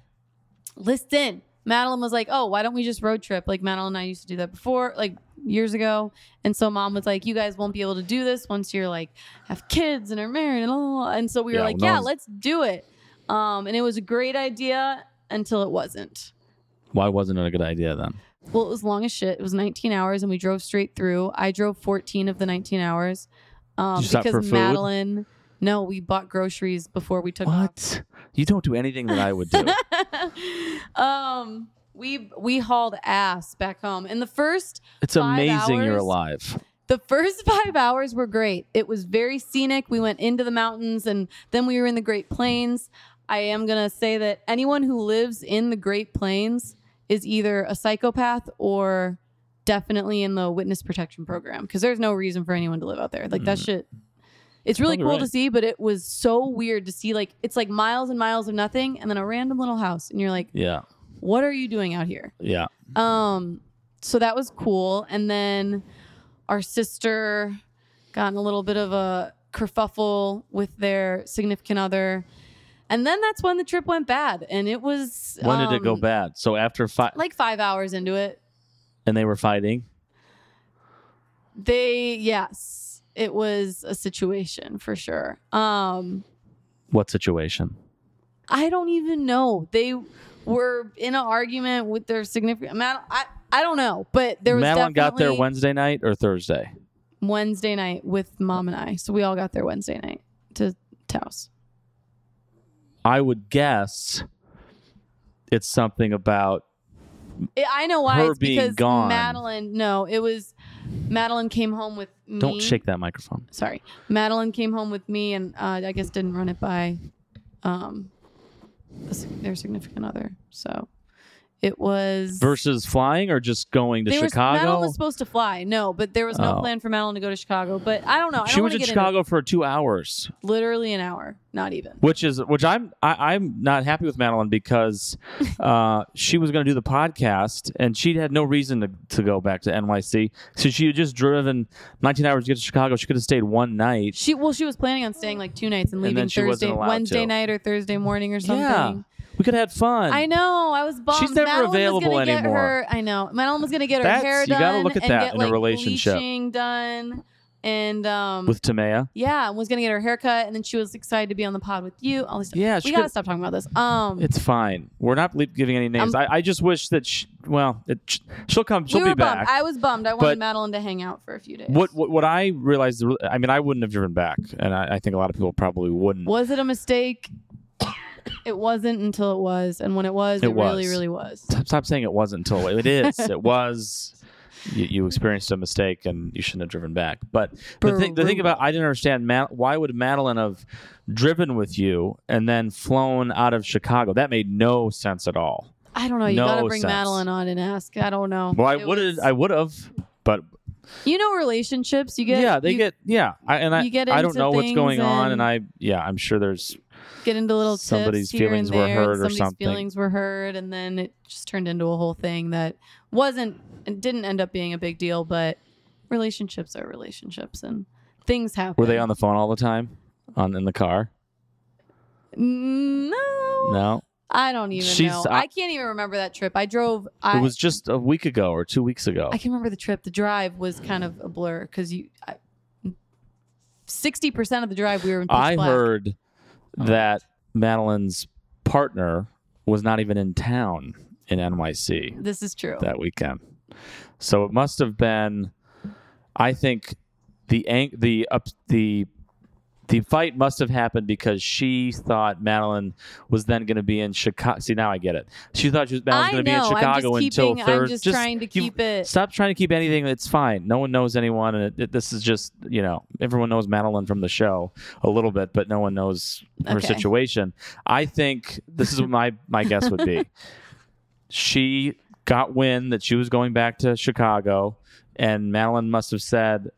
Speaker 3: listen. Madeline was like, oh, why don't we just road trip? Like Madeline and I used to do that before, like years ago. And so mom was like, you guys won't be able to do this once you're like have kids and are married and all. And so we were
Speaker 2: Yeah,
Speaker 3: like,
Speaker 2: well, no
Speaker 3: yeah,
Speaker 2: one's-
Speaker 3: let's do it. Um, and it was a great idea until it wasn't.
Speaker 2: Why wasn't it a good idea then?
Speaker 3: Well, it was long as shit. It was 19 hours, and we drove straight through. I drove 14 of the 19 hours um,
Speaker 2: Did you stop
Speaker 3: because
Speaker 2: for food?
Speaker 3: Madeline. No, we bought groceries before we took off.
Speaker 2: What? You don't do anything that I would
Speaker 3: <laughs>
Speaker 2: do.
Speaker 3: um, we we hauled ass back home, and the first
Speaker 2: It's
Speaker 3: Five
Speaker 2: amazing you're
Speaker 3: hours.
Speaker 2: alive.
Speaker 3: the first <laughs> five hours were great. It was very scenic. We went into the mountains, and then we were in the Great Plains. I am gonna say that anyone who lives in the Great Plains is either a psychopath or definitely in the witness protection program because there's no reason for anyone to live out there. Like that shit. It's really
Speaker 2: Probably
Speaker 3: cool to
Speaker 2: right.
Speaker 3: see, but it was so weird to see like it's like miles and miles of nothing and then a random little house and you're like,
Speaker 2: Yeah,
Speaker 3: "What are you doing out here?"
Speaker 2: yeah.
Speaker 3: Um, so that was cool. And then our sister got in a little bit of a kerfuffle with their significant other. And then that's when the trip went bad. And it was
Speaker 2: When did it go
Speaker 3: um,
Speaker 2: bad? So after five,
Speaker 3: Like five hours into it.
Speaker 2: and they were fighting.
Speaker 3: They yes, it was a situation for sure. Um
Speaker 2: What situation?
Speaker 3: I don't even know. They were in an argument with their significant Mad- I I don't know, but there was
Speaker 2: Madeline got there
Speaker 3: definitely-
Speaker 2: Wednesday night or Thursday.
Speaker 3: Wednesday night with mom and I. So we all got there Wednesday night to Taos.
Speaker 2: I would guess it's something about
Speaker 3: I- I know why.
Speaker 2: Her
Speaker 3: it's
Speaker 2: being
Speaker 3: because
Speaker 2: gone.
Speaker 3: Madeline, no, it was Madeline came home with me.
Speaker 2: don't shake that microphone.
Speaker 3: Sorry. Madeline came home with me and uh, I guess didn't run it by um, the sig- their significant other. So it was.
Speaker 2: Versus flying or just going to
Speaker 3: they were-
Speaker 2: Chicago.
Speaker 3: Madeline was supposed to fly. No, but there was no
Speaker 2: Oh.
Speaker 3: plan for Madeline to go to Chicago. But I don't know. I
Speaker 2: she
Speaker 3: don't
Speaker 2: was
Speaker 3: wanna
Speaker 2: in
Speaker 3: get into it.
Speaker 2: Chicago for two hours,
Speaker 3: literally an hour. Not even.
Speaker 2: which is which I'm I, I'm not happy with Madeline
Speaker 3: <laughs>
Speaker 2: because uh, she was going to do the podcast and she had no reason to, to go back to NYC. So she had just driven 19 hours to get to Chicago. She could have stayed one night.
Speaker 3: She well, she was planning on staying like two nights and
Speaker 2: And
Speaker 3: leaving
Speaker 2: then she wasn't
Speaker 3: Thursday,
Speaker 2: allowed
Speaker 3: Wednesday
Speaker 2: to.
Speaker 3: night or Thursday morning or something.
Speaker 2: Yeah, we could have had fun.
Speaker 3: I know. I was bummed.
Speaker 2: She's never
Speaker 3: Madeline was
Speaker 2: available
Speaker 3: gonna get
Speaker 2: anymore.
Speaker 3: her- I know. Madeline was gonna get her
Speaker 2: That's-
Speaker 3: hair
Speaker 2: you
Speaker 3: done.
Speaker 2: gotta look at
Speaker 3: and
Speaker 2: that
Speaker 3: get,
Speaker 2: in a
Speaker 3: like,
Speaker 2: relationship.
Speaker 3: bleaching done, and um,
Speaker 2: with Tamea.
Speaker 3: yeah, and was gonna get her haircut, and then she was excited to be on the pod with you. All this stuff.
Speaker 2: Yeah,
Speaker 3: we
Speaker 2: she
Speaker 3: gotta
Speaker 2: could-
Speaker 3: stop talking about this. Um,
Speaker 2: It's fine. We're not le- giving any names. I, I just wish that she, well, it, sh- she'll come. She'll
Speaker 3: we
Speaker 2: be
Speaker 3: were
Speaker 2: back.
Speaker 3: bummed. I was bummed. I wanted
Speaker 2: But-
Speaker 3: Madeline to hang out for a few days.
Speaker 2: What, what what I realized, I mean, I wouldn't have driven back, and I, I think a lot of people probably wouldn't.
Speaker 3: was it a mistake? <coughs> it wasn't until it was, and when it was,
Speaker 2: It
Speaker 3: it, really,
Speaker 2: was.
Speaker 3: really was. <laughs>
Speaker 2: Stop, stop saying it wasn't until it is. it was. you, you experienced a mistake and you shouldn't have driven back. But the thing, the thing about I didn't understand Ma- why would Madeline have driven with you and then flown out of Chicago? That made no sense at all.
Speaker 3: I don't know. You
Speaker 2: No
Speaker 3: gotta bring
Speaker 2: sense.
Speaker 3: Madeline on and ask. I don't know.
Speaker 2: Well, I
Speaker 3: It
Speaker 2: would have,
Speaker 3: was-
Speaker 2: I would have, but
Speaker 3: You know, relationships. You get
Speaker 2: yeah, they
Speaker 3: you
Speaker 2: get yeah, I, and I,
Speaker 3: you get
Speaker 2: I don't
Speaker 3: into
Speaker 2: know what's
Speaker 3: things
Speaker 2: going on, and
Speaker 3: and-
Speaker 2: I yeah, I'm sure there's
Speaker 3: get into little tiffs
Speaker 2: somebody's
Speaker 3: here
Speaker 2: feelings
Speaker 3: and
Speaker 2: were
Speaker 3: there, and
Speaker 2: hurt or
Speaker 3: somebody's
Speaker 2: something.
Speaker 3: Feelings were hurt, and then it just turned into a whole thing that wasn't and didn't end up being a big deal. But relationships are relationships, and things happen.
Speaker 2: were they on the phone all the time on in the car?
Speaker 3: No,
Speaker 2: No,
Speaker 3: I don't even
Speaker 2: She's-
Speaker 3: know.
Speaker 2: I-
Speaker 3: I, can't even remember that trip. I drove. I
Speaker 2: it was just a week ago or two weeks ago.
Speaker 3: I can remember the trip. The drive was kind of a blur because you. Sixty percent of the drive we were in. Pitch
Speaker 2: I
Speaker 3: black.
Speaker 2: heard that Madeline's partner was not even in town in NYC
Speaker 3: this is true.
Speaker 2: that weekend. So it must have been I think the ang- the up the the fight must have happened because she thought Madeline was then going to be in Chicago. See, now I get it. She thought she was, Madeline was
Speaker 3: I
Speaker 2: going to be in
Speaker 3: know, I'm
Speaker 2: Chicago
Speaker 3: just
Speaker 2: until
Speaker 3: keeping- I'm
Speaker 2: Thursday.
Speaker 3: just trying to keep it-
Speaker 2: Stop trying to keep anything. It's fine. No one knows anyone, and it, it- this is just you know everyone knows Madeline from the show a little bit, but no one knows her
Speaker 3: Okay.
Speaker 2: situation. I think this is what my my guess would
Speaker 3: <laughs>
Speaker 2: be. She got wind that she was going back to Chicago, and Madeline must have said.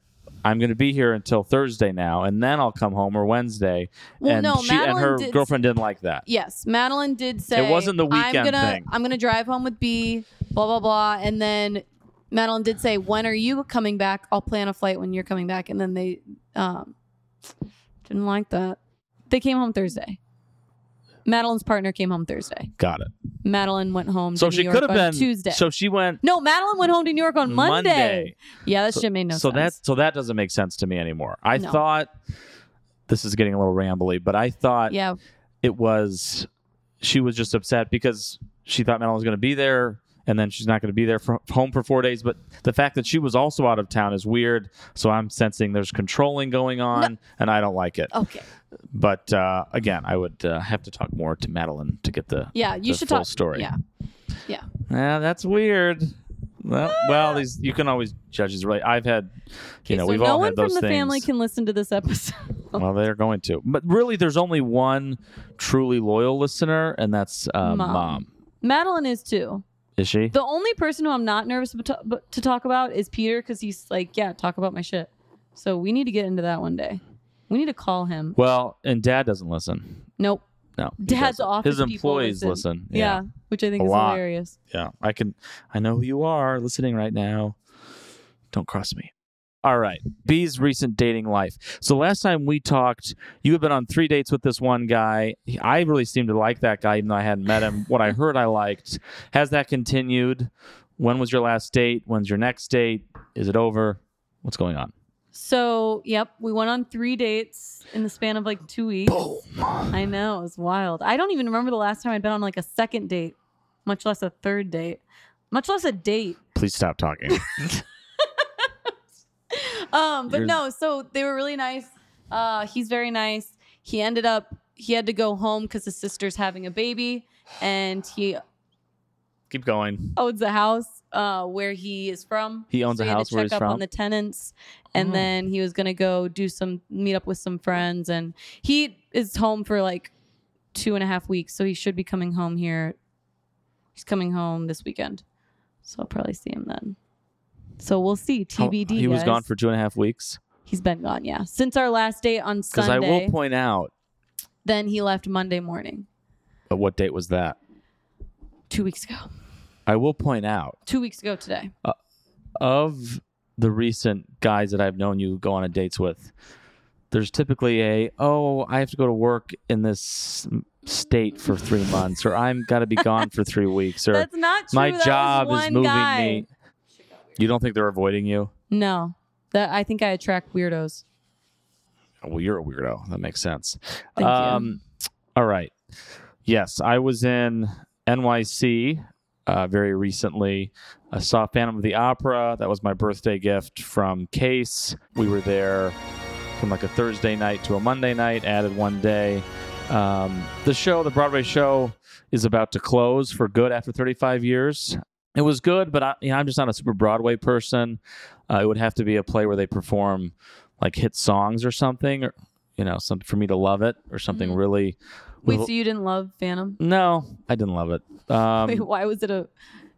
Speaker 2: I'm going to be here until Thursday now, and then I'll come home or Wednesday.
Speaker 3: Well,
Speaker 2: and
Speaker 3: no,
Speaker 2: she and
Speaker 3: Madeline
Speaker 2: her
Speaker 3: did-
Speaker 2: girlfriend didn't like that.
Speaker 3: Yes, Madeline did say
Speaker 2: wasn't the weekend
Speaker 3: I'm gonna,
Speaker 2: thing.
Speaker 3: I'm gonna drive home with B, blah blah blah, and then Madeline did say, "When are you coming back? I'll plan a flight when you're coming back." And then they um, didn't like that. They came home Thursday. Madeline's partner came home Thursday.
Speaker 2: Got it.
Speaker 3: Madeline went home.
Speaker 2: So
Speaker 3: to
Speaker 2: she
Speaker 3: New
Speaker 2: could
Speaker 3: York
Speaker 2: have
Speaker 3: on
Speaker 2: been
Speaker 3: Tuesday.
Speaker 2: So she went
Speaker 3: no, Madeline went home to New York on Monday. Yeah, that shit made no
Speaker 2: so
Speaker 3: sense.
Speaker 2: that so that doesn't make sense to me anymore. I
Speaker 3: No.
Speaker 2: thought this is getting a little rambly, but I thought
Speaker 3: yeah,
Speaker 2: it was she was just upset because she thought Madeline was going to be there and then she's not going to be there for home for 4 days, but the fact that she was also out of town is weird, so I'm sensing there's controlling going on and I don't like it.
Speaker 3: okay,
Speaker 2: But uh, again, I would uh, have to talk more to Madeline to get the
Speaker 3: yeah. You
Speaker 2: the
Speaker 3: should
Speaker 2: full
Speaker 3: talk
Speaker 2: story.
Speaker 3: Yeah, yeah.
Speaker 2: Yeah, that's weird. Well, well, these you can always judge these really. I've had, you
Speaker 3: Ah. Okay,
Speaker 2: know,
Speaker 3: so
Speaker 2: we've
Speaker 3: no
Speaker 2: all
Speaker 3: one
Speaker 2: had those
Speaker 3: from the
Speaker 2: things.
Speaker 3: family can listen to this episode. <laughs>
Speaker 2: well, they're going to, but really, there's only one truly loyal listener, and that's uh, mom.
Speaker 3: Mom. Madeline is too.
Speaker 2: Is she?
Speaker 3: The only person who I'm not nervous but to, but to talk about is Peter because he's like, yeah, talk about my shit. So we need to get into that one day. We need to call him.
Speaker 2: well, and dad doesn't listen.
Speaker 3: Nope.
Speaker 2: No, he
Speaker 3: Dad's
Speaker 2: doesn't.
Speaker 3: office.
Speaker 2: His
Speaker 3: people
Speaker 2: employees listen.
Speaker 3: Yeah. which I think
Speaker 2: A
Speaker 3: is
Speaker 2: lot.
Speaker 3: hilarious.
Speaker 2: yeah. I can. I know who you are listening right now. Don't cross me. All right. B's recent dating life. So last time we talked, you had been on three dates with this one guy. He- I really seemed to like that guy, even though I hadn't met him. what I heard, I liked. Has that continued? When was your last date? When's your next date? Is it over? What's going on?
Speaker 3: So, yep, we went on three dates in the span of like two weeks. I know it was wild. I don't even remember the last time I'd been on like a second date, much less a third date, much less a date.
Speaker 2: Please stop talking.
Speaker 3: um but
Speaker 2: You're-
Speaker 3: no so they were really nice uh he's very nice he ended up he had to go home because his sister's having a baby and he
Speaker 2: Keep going.
Speaker 3: owns a house uh where he is from
Speaker 2: He owns
Speaker 3: So
Speaker 2: a
Speaker 3: had to
Speaker 2: house where he's
Speaker 3: check up
Speaker 2: from?
Speaker 3: on the tenants and
Speaker 2: Oh.
Speaker 3: then he was gonna go do some meet up with some friends and he is home for like two and a half weeks so he should be coming home here he's coming home this weekend so i'll probably see him then so we'll see
Speaker 2: How-
Speaker 3: tbd
Speaker 2: he was
Speaker 3: guys.
Speaker 2: gone for two and a half weeks.
Speaker 3: He's been gone, yeah. Since our last date on
Speaker 2: Because I
Speaker 3: Sunday,
Speaker 2: will point out,
Speaker 3: then he left Monday morning,
Speaker 2: uh, what date was that?
Speaker 3: two weeks ago. <laughs>
Speaker 2: I will point out
Speaker 3: Two weeks ago today.
Speaker 2: of the recent guys that I've known you go on a dates with, there's typically a oh I have to go to work in this state for
Speaker 3: <laughs>
Speaker 2: three months, or I'm got to be gone for three weeks, or
Speaker 3: That's not true.
Speaker 2: my
Speaker 3: That was
Speaker 2: job is
Speaker 3: one
Speaker 2: moving
Speaker 3: guy.
Speaker 2: me. You don't think they're avoiding you?
Speaker 3: No, that I think I attract weirdos.
Speaker 2: Well, you're a weirdo. That makes sense. Um,
Speaker 3: Thank you.
Speaker 2: All right. Yes, I was in NYC uh, very recently. I saw Phantom of the Opera. That was my birthday gift from Case. We were there from like a Thursday night to a Monday night, added one day. Um, the show, the Broadway show, is about to close for good after 35 years. It was good, but I, you know, I'm just not a super Broadway person. Uh, it would have to be a play where they perform like hit songs or something, or you know, something for me to love it, or something
Speaker 3: Mhm.
Speaker 2: really.
Speaker 3: Wait,
Speaker 2: with-
Speaker 3: so you didn't love Phantom? <laughs>
Speaker 2: no, I didn't love it. Um,
Speaker 3: Wait, why was it a?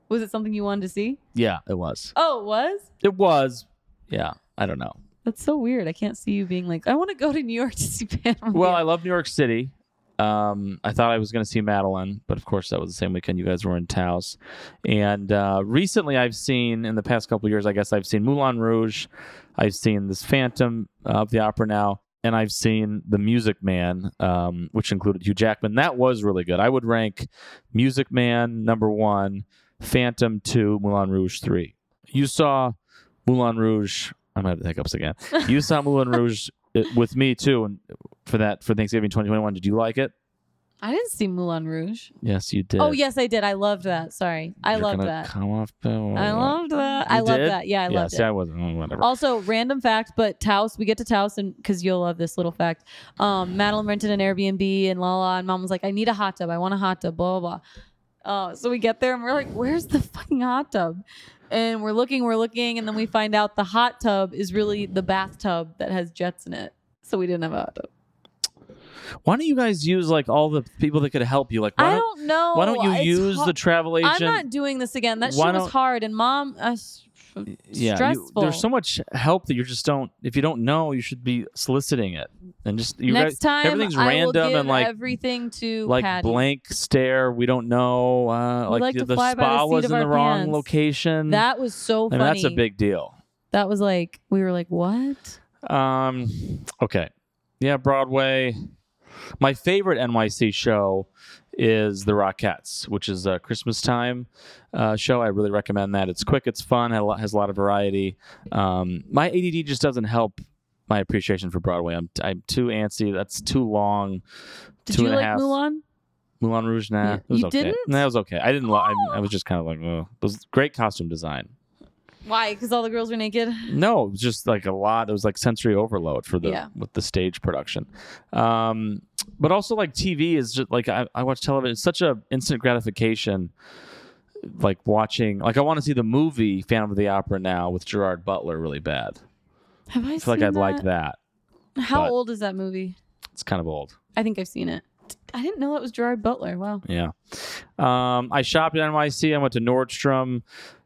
Speaker 3: Was it something you wanted to see?
Speaker 2: yeah, it was.
Speaker 3: Oh, it was.
Speaker 2: It was. Yeah, I don't know.
Speaker 3: That's so weird. I can't see you being like, I want to go to New York to see <laughs> Phantom.
Speaker 2: Well, I love New York City. Um, I thought I was going to see Madeline, but of course that was the same weekend you guys were in Taos. And uh, recently, I've seen in the past couple years, I guess I've seen Moulin Rouge, I've seen this Phantom of the Opera now, and I've seen The Music Man, um, which included Hugh Jackman. That was really good. I would rank Music Man number one, Phantom two, Moulin Rouge three. You saw Moulin Rouge. I'm gonna have the hiccups again. You saw Moulin Rouge uh, with me too, and for that for Thanksgiving 2021. Did you like it?
Speaker 3: I didn't see Moulin Rouge.
Speaker 2: Yes, you did.
Speaker 3: Oh, yes, I did. I loved that. Sorry, I
Speaker 2: You're
Speaker 3: loved
Speaker 2: gonna
Speaker 3: that.
Speaker 2: Come off.
Speaker 3: I loved that.
Speaker 2: You
Speaker 3: I loved
Speaker 2: did?
Speaker 3: that. Yeah, I
Speaker 2: yeah,
Speaker 3: loved
Speaker 2: see,
Speaker 3: it.
Speaker 2: I wasn't. oh, Whatever.
Speaker 3: Also, random fact, but Taos, we get to Taos, and because you'll love this little fact. Um, Madeline rented an Airbnb, and la la, and mom was like, I need a hot tub. I want a hot tub, blah, blah, blah. Uh, so we get there, and we're like, where's the fucking hot tub? And we're looking, we're looking, and then we find out the hot tub is really the bathtub that has jets in it. So we didn't have a hot tub.
Speaker 2: Why don't you guys use like all the people that could help you? Like, why
Speaker 3: I don't know.
Speaker 2: why don't you
Speaker 3: It's
Speaker 2: use
Speaker 3: har-
Speaker 2: the travel agent?
Speaker 3: I'm not doing this again. That
Speaker 2: Why
Speaker 3: shit was
Speaker 2: don't-
Speaker 3: hard, and mom, uh, s-
Speaker 2: yeah, you-
Speaker 3: stressful.
Speaker 2: there's so much help that you just don't. If you don't know, you should be soliciting it and just you
Speaker 3: Next
Speaker 2: guys.
Speaker 3: time,
Speaker 2: everything's
Speaker 3: I will
Speaker 2: random
Speaker 3: give
Speaker 2: and, like,
Speaker 3: everything to
Speaker 2: like
Speaker 3: Patty.
Speaker 2: blank stare, we don't know. Uh,
Speaker 3: We
Speaker 2: like,
Speaker 3: like to
Speaker 2: the
Speaker 3: fly by the
Speaker 2: spa
Speaker 3: seat
Speaker 2: was
Speaker 3: of
Speaker 2: in the
Speaker 3: our
Speaker 2: wrong
Speaker 3: pants.
Speaker 2: location.
Speaker 3: That was so
Speaker 2: I mean,
Speaker 3: funny.
Speaker 2: that's a big deal.
Speaker 3: That was like we were like, what?
Speaker 2: Um, okay. Yeah, Broadway. My favorite NYC show is The Rockettes, which is a Christmas time uh, show. I really recommend that. It's quick, it's fun, has a lot- has a lot of variety. Um, my ADD just doesn't help my appreciation for Broadway. I'm, I'm too antsy. That's too long.
Speaker 3: Did
Speaker 2: Two
Speaker 3: you
Speaker 2: and a
Speaker 3: like
Speaker 2: half.
Speaker 3: Mulan?
Speaker 2: Moulin Rouge, nah.
Speaker 3: You-
Speaker 2: it was
Speaker 3: you
Speaker 2: okay.
Speaker 3: didn't?
Speaker 2: Nah, it was okay. I didn't. Lo- I, I was just kind of like, oh, it was great costume design.
Speaker 3: Why? Because all the girls were naked.
Speaker 2: No, it was just like a lot. It was like sensory overload for the
Speaker 3: Yeah.
Speaker 2: with the stage production. Um, but also like TV is just like I, I watch television. It's such a instant gratification. Like watching, like I want to see the movie Phantom of the Opera now with Gerard Butler really bad.
Speaker 3: Have I?
Speaker 2: I feel like I'd like that.
Speaker 3: How
Speaker 2: but-
Speaker 3: old is that movie?
Speaker 2: It's kind of old.
Speaker 3: I think I've seen it. I didn't know that was Gerard Butler. Wow. <laughs>
Speaker 2: Yeah. Um, I shopped at NYC. I went to Nordstrom,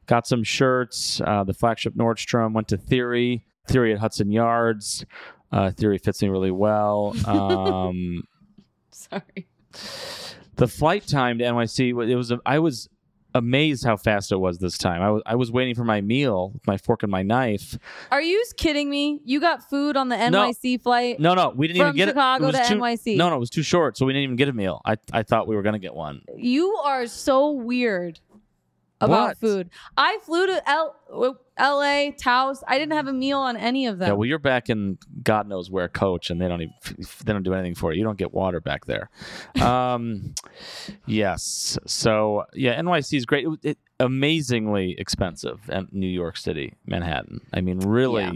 Speaker 2: got some shirts, uh, the flagship Nordstrom, went to Theory, Theory at Hudson Yards. Uh, Theory fits me really well. Um, <laughs>
Speaker 3: Sorry.
Speaker 2: the flight time to NYC, wa- it was, I was amazed how fast it was this time. I was, I was waiting for my meal, with my fork and my knife.
Speaker 3: Are you kidding me? You got food on the NYC flight
Speaker 2: No, no, we didn't
Speaker 3: from
Speaker 2: even get
Speaker 3: Chicago
Speaker 2: it. it
Speaker 3: to
Speaker 2: was too,
Speaker 3: NYC.
Speaker 2: No, no, it was too short, so we didn't even get a meal. I, I thought we were going to get one.
Speaker 3: You are so weird about
Speaker 2: What?
Speaker 3: food. I flew to L- w- LA, Taos. I didn't have a meal on any of them.
Speaker 2: Yeah, well, you're back in God knows where, coach, and they don't even they don't do anything for you. You don't get water back there. Um, yes, so yeah, NYC is great. It, it- amazingly expensive in New York City, Manhattan. I mean, really,
Speaker 3: Yeah.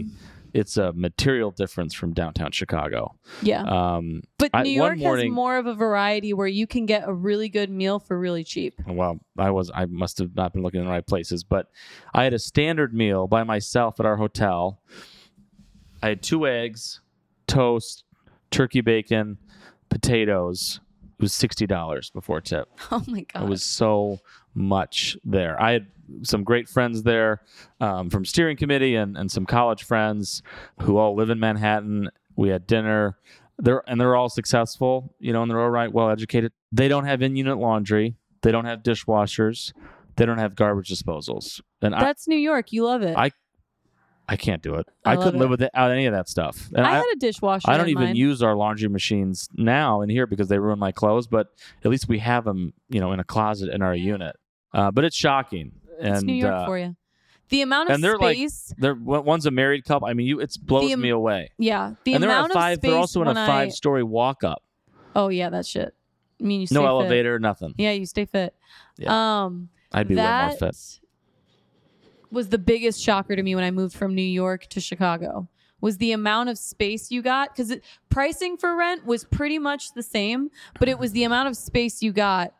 Speaker 2: it's a material difference from downtown Chicago.
Speaker 3: yeah.
Speaker 2: Um,
Speaker 3: But
Speaker 2: I-
Speaker 3: New
Speaker 2: one
Speaker 3: York
Speaker 2: morning-
Speaker 3: has more of a variety where you can get a really good meal for really cheap.
Speaker 2: well, I was I must have not been looking in the right places, but I had a standard meal by myself at our hotel. I had two eggs, toast, turkey bacon, potatoes. It was sixty dollars before tip.
Speaker 3: <laughs> Oh my god.
Speaker 2: It was so much there. I had some great friends there um, from steering committee and, and some college friends who all live in Manhattan. We had dinner. They're and they're all successful, you know, and they're all right, well educated. They don't have in-unit laundry. They don't have dishwashers. They don't have garbage disposals. And I,
Speaker 3: That's New York. You love it.
Speaker 2: I- I can't do it.
Speaker 3: I
Speaker 2: I,
Speaker 3: love
Speaker 2: couldn't live
Speaker 3: it.
Speaker 2: without any of that stuff. And
Speaker 3: I
Speaker 2: I,
Speaker 3: had a dishwasher.
Speaker 2: I don't
Speaker 3: in
Speaker 2: even
Speaker 3: mine.
Speaker 2: use our laundry machines now in here because they ruin my clothes. But at least we have them, you know, in a closet in our unit. Uh, but it's shocking, and
Speaker 3: It's New York
Speaker 2: uh,
Speaker 3: for you. The amount of
Speaker 2: and they're like-
Speaker 3: space.
Speaker 2: they're one- one's a married couple. I mean, you it blows
Speaker 3: The am-
Speaker 2: me away.
Speaker 3: yeah. The
Speaker 2: and they're on
Speaker 3: amount
Speaker 2: a five.
Speaker 3: of space.
Speaker 2: They're also in a
Speaker 3: when I-
Speaker 2: five-story walk-up.
Speaker 3: oh yeah, that shit. I mean, you stay
Speaker 2: No
Speaker 3: fit.
Speaker 2: elevator, nothing.
Speaker 3: Yeah, you stay fit. Um,
Speaker 2: I'd be way
Speaker 3: that
Speaker 2: more fit.
Speaker 3: was the biggest shocker to me when I moved from New York to Chicago was the amount of space you got because pricing for rent was pretty much the same, but it was the amount of space you got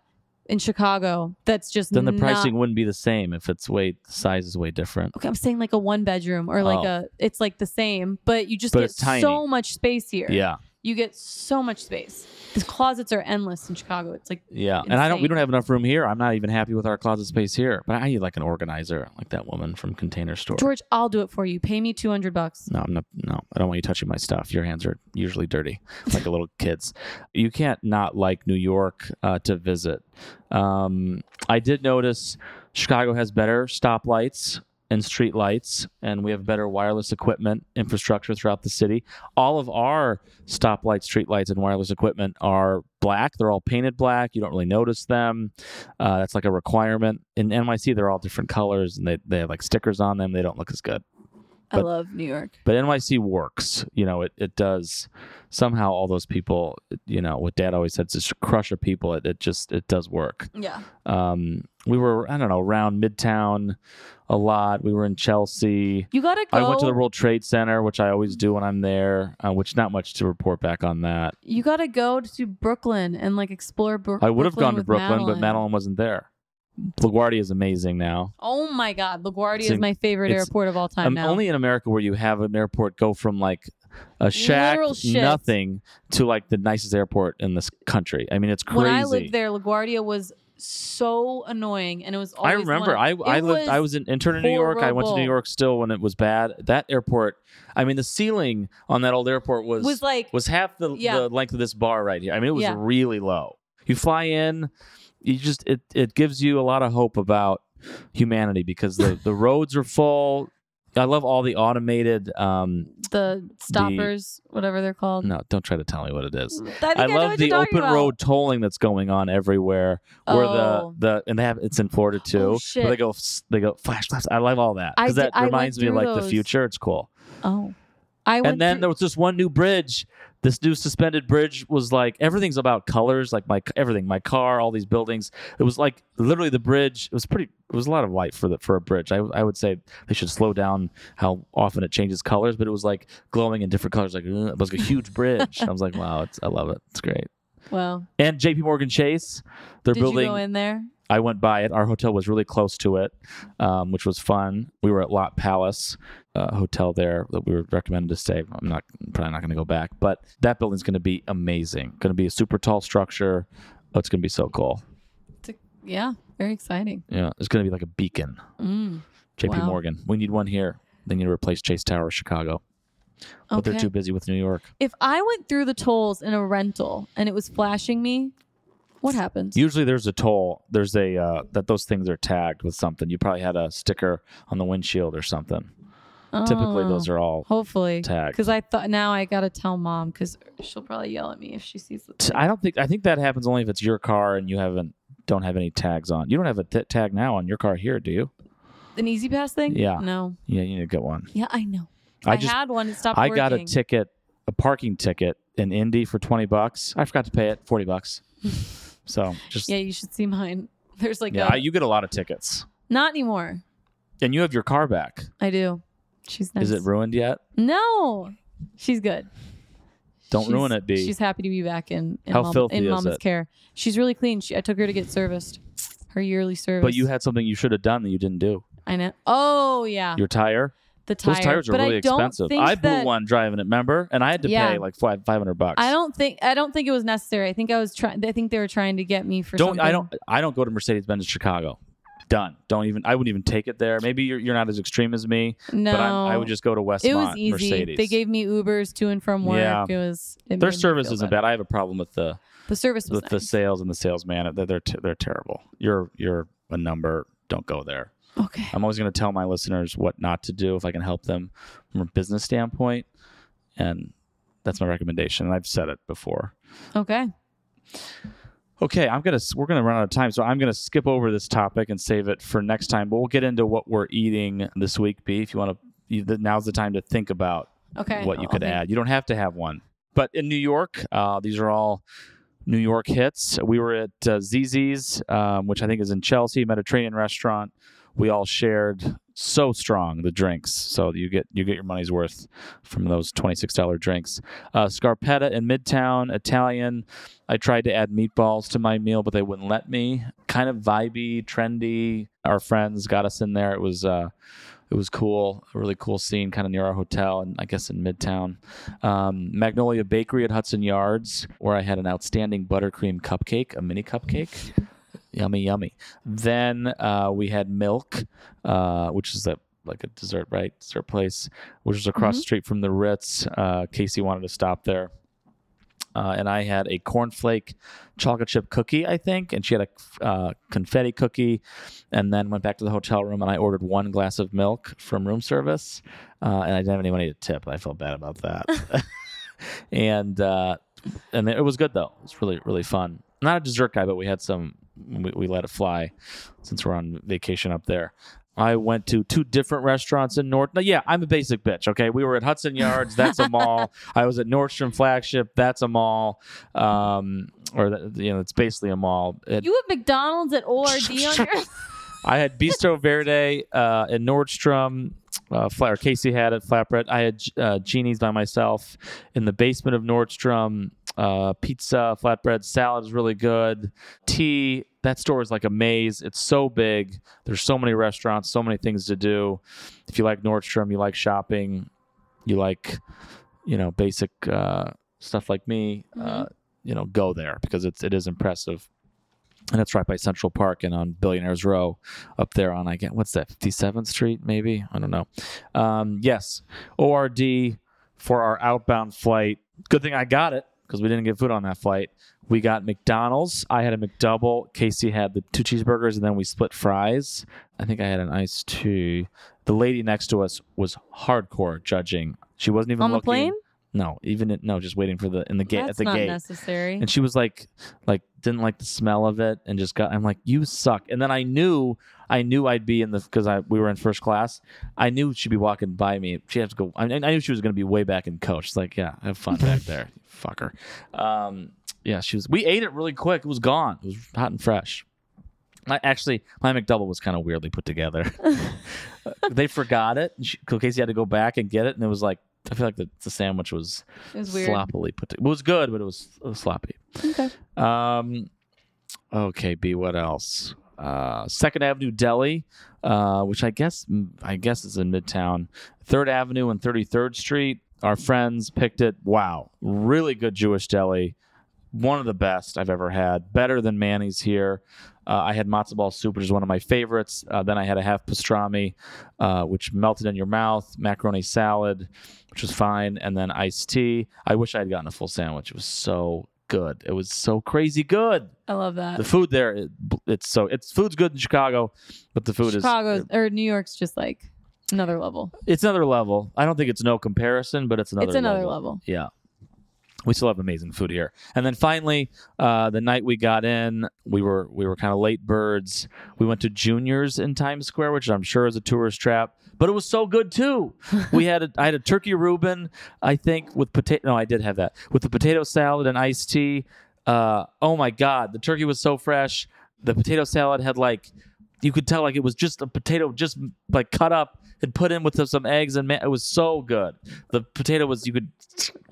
Speaker 3: in Chicago that's just
Speaker 2: Then the
Speaker 3: not-
Speaker 2: pricing wouldn't be the same if it's way the size is way different.
Speaker 3: Okay, I'm saying like a one bedroom or like
Speaker 2: Oh.
Speaker 3: a it's like the same, but you just
Speaker 2: But
Speaker 3: get
Speaker 2: it's tiny.
Speaker 3: so much space here.
Speaker 2: Yeah,
Speaker 3: You get so much space. The closets are endless in Chicago. It's like
Speaker 2: yeah. And I don't. We
Speaker 3: Insane.
Speaker 2: don't have enough room here. I'm not even happy with our closet space here. But I need like an organizer, like that woman from Container Store.
Speaker 3: George, I'll do it for you. Pay me two hundred bucks.
Speaker 2: No, I'm not. No, I don't want you touching my stuff. Your hands are usually dirty, like a little kid's. You can't not like New York uh, to visit. Um, I did notice Chicago has better stoplights and street lights, and we have better wireless equipment infrastructure throughout the city. All of our stoplights, street lights, and wireless equipment are black. They're all painted black. You don't really notice them. Uh, that's like a requirement. In NYC, they're all different colors, and they, they have like stickers on them. They don't look as good
Speaker 3: I
Speaker 2: But-
Speaker 3: love New York.
Speaker 2: but NYC works. You know, it, it does somehow all those people, you know, what dad always said, just crush of people. It, it just, it does work.
Speaker 3: Yeah.
Speaker 2: Um, we were, I don't know, around Midtown a lot. We were in Chelsea.
Speaker 3: You gotta go
Speaker 2: I went to the World Trade Center, which I always do when I'm there, uh, which not much to report back on that.
Speaker 3: you gotta go to Brooklyn and like explore Bro- Brooklyn.
Speaker 2: I would have gone to
Speaker 3: with
Speaker 2: Brooklyn, but Madeline wasn't there. LaGuardia is amazing now.
Speaker 3: Oh my God, LaGuardia
Speaker 2: It's
Speaker 3: is
Speaker 2: in-
Speaker 3: my favorite
Speaker 2: it's-
Speaker 3: airport of all time
Speaker 2: Um,
Speaker 3: now.
Speaker 2: Only in America where you have an airport go from like a shack,
Speaker 3: Literal shit.
Speaker 2: nothing, to like the nicest airport in this country. I mean, it's crazy.
Speaker 3: when I lived there, LaGuardia was so annoying, and it was.
Speaker 2: I
Speaker 3: Always
Speaker 2: remember
Speaker 3: one-
Speaker 2: I, I
Speaker 3: It
Speaker 2: lived I
Speaker 3: was
Speaker 2: was an intern in New York. I went to New
Speaker 3: horrible.
Speaker 2: York still when it was bad. That airport, I mean, the ceiling on that old airport was
Speaker 3: was like
Speaker 2: was half the,
Speaker 3: Yeah.
Speaker 2: the length of this bar right here. I mean, it was
Speaker 3: Yeah.
Speaker 2: really low. You fly in, you just it it gives you a lot of hope about humanity because the the roads are full. I love all the automated. Um,
Speaker 3: the stoppers, whatever they're called. Mm,
Speaker 2: no, don't try to tell me what it is.
Speaker 3: I, think I,
Speaker 2: I,
Speaker 3: know
Speaker 2: love
Speaker 3: what
Speaker 2: the
Speaker 3: you're
Speaker 2: open
Speaker 3: talking about.
Speaker 2: road tolling that's going on everywhere. Where
Speaker 3: Oh.
Speaker 2: the the and they have it's in Florida too.
Speaker 3: Oh,
Speaker 2: where
Speaker 3: shit.
Speaker 2: they go s- they go flash left. I love all that
Speaker 3: I
Speaker 2: because
Speaker 3: did-
Speaker 2: that
Speaker 3: I went
Speaker 2: reminds me of
Speaker 3: through
Speaker 2: like the
Speaker 3: those.
Speaker 2: future. It's cool.
Speaker 3: Oh, I went.
Speaker 2: And then
Speaker 3: through-
Speaker 2: there was this one new bridge. This new suspended bridge was like everything's about colors, like my everything, my car, all these buildings. It was like literally the bridge. It was pretty. It was a lot of light for the for a bridge. I I would say they should slow down how often it changes colors, but it was like glowing in different colors. Like "Ugh," it was like a huge
Speaker 3: <laughs>
Speaker 2: bridge. I was like, wow, it's I love it. It's great
Speaker 3: well,
Speaker 2: and JP Morgan Chase. They're
Speaker 3: did
Speaker 2: building.
Speaker 3: you go in there?
Speaker 2: I went by it. Our hotel was really close to it, um, which was fun. We were at Lot Palace uh, hotel there that we were recommended to stay. I'm not probably not going to go back, but that building's going to be amazing. Going to be a super tall structure. Oh, it's going to be so cool.
Speaker 3: Yeah, very exciting.
Speaker 2: Yeah, it's going to be like a beacon.
Speaker 3: Mm.
Speaker 2: JP
Speaker 3: Wow.
Speaker 2: Morgan. We need one here. They need to replace Chase Tower, Chicago. But
Speaker 3: Okay.
Speaker 2: they're too busy with New York.
Speaker 3: if I went through the tolls in a rental and it was flashing me, what happens?
Speaker 2: Usually there's a toll. There's a uh, that those things are tagged with something. You probably had a sticker on the windshield or something. Typically those are all
Speaker 3: Oh, hopefully
Speaker 2: tagged.
Speaker 3: because I thought now I gotta tell mom because she'll probably yell at me if she sees the.
Speaker 2: T- I don't think I think that happens only if it's your car and you haven't don't have any tags on. You don't have a t- tag now on your car here, do you?
Speaker 3: An easy pass thing?
Speaker 2: Yeah.
Speaker 3: No.
Speaker 2: Yeah, you need to get one.
Speaker 3: Yeah, I know.
Speaker 2: I
Speaker 3: I,
Speaker 2: just
Speaker 3: had one. It stopped
Speaker 2: I
Speaker 3: working.
Speaker 2: got a ticket, a parking ticket in Indy for 20 bucks. I forgot to pay it, 40
Speaker 3: <laughs>
Speaker 2: bucks. So just
Speaker 3: Yeah, you should see mine. <laughs> There's like
Speaker 2: yeah,
Speaker 3: a,
Speaker 2: I- you get a lot of tickets.
Speaker 3: not anymore.
Speaker 2: And you have your car back.
Speaker 3: I do. She's nice.
Speaker 2: Is it ruined yet?
Speaker 3: No, she's good.
Speaker 2: Don't
Speaker 3: She's-
Speaker 2: ruin it, B.
Speaker 3: She's happy to be back in in,
Speaker 2: How
Speaker 3: mom,
Speaker 2: filthy
Speaker 3: in
Speaker 2: is
Speaker 3: mama's
Speaker 2: it?
Speaker 3: care. She's really clean. She, I took her to get serviced, her yearly service.
Speaker 2: But you had something you should have done that you didn't do.
Speaker 3: I know. Oh yeah,
Speaker 2: Your tire.
Speaker 3: the tire.
Speaker 2: Those tires are
Speaker 3: but
Speaker 2: really
Speaker 3: I don't
Speaker 2: expensive.
Speaker 3: Think
Speaker 2: I blew
Speaker 3: that,
Speaker 2: one driving it, remember? And I had to
Speaker 3: Yeah.
Speaker 2: pay like five five hundred bucks.
Speaker 3: I don't think I don't think it was necessary. I think I was trying. I think they were trying to get me for.
Speaker 2: don't
Speaker 3: something.
Speaker 2: I don't I don't go to Mercedes Benz Chicago. Done. Don't even I wouldn't even take it there. Maybe you're, you're not as extreme as me,
Speaker 3: No,
Speaker 2: but I'm, I would just go to Westmont
Speaker 3: It was easy.
Speaker 2: Mercedes.
Speaker 3: They gave me Ubers to and from work.
Speaker 2: Yeah.
Speaker 3: It was it made
Speaker 2: Their
Speaker 3: me
Speaker 2: service
Speaker 3: feel
Speaker 2: isn't
Speaker 3: better.
Speaker 2: bad. I have a problem with the
Speaker 3: The service was
Speaker 2: with the
Speaker 3: nice.
Speaker 2: sales and the salesman. They're they're, t- they're terrible. You're you're a number. Don't go there.
Speaker 3: okay.
Speaker 2: I'm always going to tell my listeners what not to do if I can help them from a business standpoint, and that's my recommendation. And I've said it before.
Speaker 3: Okay.
Speaker 2: Okay, I'm gonna we're gonna run out of time, so I'm gonna skip over this topic and save it for next time. But we'll get into what we're eating this week, B. If you want to, now's the time to think about
Speaker 3: Okay.
Speaker 2: what you
Speaker 3: I'll
Speaker 2: could
Speaker 3: think.
Speaker 2: add. You don't have to have one, but in New York, uh, these are all New York hits. We were at uh, ZZ's, um, which I think is in Chelsea, Mediterranean restaurant. We all shared so strong the drinks so you get you get your money's worth from those $26 drinks uh, scarpetta in midtown italian i tried to add meatballs to my meal but they wouldn't let me kind of vibey trendy our friends got us in there it was uh it was cool a really cool scene kind of near our hotel and i guess in midtown um, magnolia bakery at hudson yards where i had an outstanding buttercream cupcake a mini cupcake yummy yummy then uh, we had milk uh, which is a like a dessert right dessert place which is across the street from the ritz uh, casey wanted to stop there uh, and I had a cornflake chocolate chip cookie, I think, and she had a uh, confetti cookie, and then went back to the hotel room and I ordered one glass of milk from room service, uh, and I didn't have any money to tip. I felt bad about that, and uh, and it was good though. It was really really fun. Not a dessert guy, but we had some. We, we let it fly since we're on vacation up there. I went to two different restaurants in North. No, yeah, I'm a basic bitch. Okay, we were at Hudson Yards. That's a mall. I was at Nordstrom Flagship. That's a mall. Um, or that, you know, it's basically a mall. At
Speaker 3: You at McDonald's at
Speaker 2: <laughs>
Speaker 3: ORD on your.
Speaker 2: I had Bistro Verde uh, in Nordstrom. Uh, Fla- or Casey had it, Flatbread. I had uh, Genie's by myself in the basement of Nordstrom. Uh, pizza, flatbread, salad is really good. Tea, that store is like a maze. It's so big. There's so many restaurants, so many things to do. If you like Nordstrom, you like shopping, you like, you know, basic uh, stuff like me, uh,
Speaker 3: Mm-hmm.
Speaker 2: you know, go there because it's it is impressive. And it's right by Central Park and on Billionaires Row up there on, I get, what's that, 57th Street, maybe? I don't know. Um, yes, ORD for our outbound flight. Good thing I got it because we didn't get food on that flight. We got McDonald's. I had a McDouble. Casey had the two cheeseburgers, and then we split fries. I think I had an iced tea. The lady next to us was hardcore judging. She wasn't even
Speaker 3: On the
Speaker 2: looking.
Speaker 3: plane?
Speaker 2: No, even in, no, just waiting for the in the gate
Speaker 3: That's
Speaker 2: at the
Speaker 3: not
Speaker 2: gate.
Speaker 3: necessary.
Speaker 2: And she was like, like didn't like the smell of it, and just got. I'm like, you suck. And then I knew, I knew I'd be in the because I we were in first class. I knew she'd be walking by me. She had to go. I, I knew she was going to be way back in coach. It's like, yeah, have fun back
Speaker 3: <laughs>
Speaker 2: there, you fucker. Um, yeah, she was. We ate it really quick. It was gone. It was hot and fresh. I actually, my McDouble was kind of weirdly put
Speaker 3: <laughs>
Speaker 2: together. Uh, they forgot it. and She, Casey had to go back and get it, and it was like. I feel like the, the sandwich was
Speaker 3: It was weird.
Speaker 2: sloppily put together. It was good, but it was, it was sloppy.
Speaker 3: Okay.
Speaker 2: Um, okay, B. What else? Uh, Second Avenue Deli, uh, which I guess I guess is in Midtown. Third Avenue and Thirty Third Street. Our friends picked it. Wow, really good Jewish deli. One of the best I've ever had. Better than Manny's here. Uh, I had matzo ball soup, which is one of my favorites. Uh, then I had a half pastrami, uh, which melted in your mouth. Macaroni salad, which was fine, and then iced tea. I wish I had gotten a full sandwich. It was so good. It was so crazy good.
Speaker 3: I love that.
Speaker 2: The food there, it, it's so it's food's good in Chicago, but the food
Speaker 3: Chicago
Speaker 2: is
Speaker 3: or New York's just like another level.
Speaker 2: it's another level. I don't think it's no comparison, but it's another
Speaker 3: it's another level.
Speaker 2: Yeah. We still have amazing food here. And then finally, uh, the night we got in, we were we were kind of late birds. We went to Juniors in Times Square, which I'm sure is a tourist trap, but it was so good too. we had a, I had a turkey Reuben, I think, with potato. No, I did have that with the potato salad and iced tea. Uh, oh my God, the turkey was so fresh. The potato salad had like you could tell like it was just a potato just like cut up and put in with some- some eggs and man, it was so good the potato was you could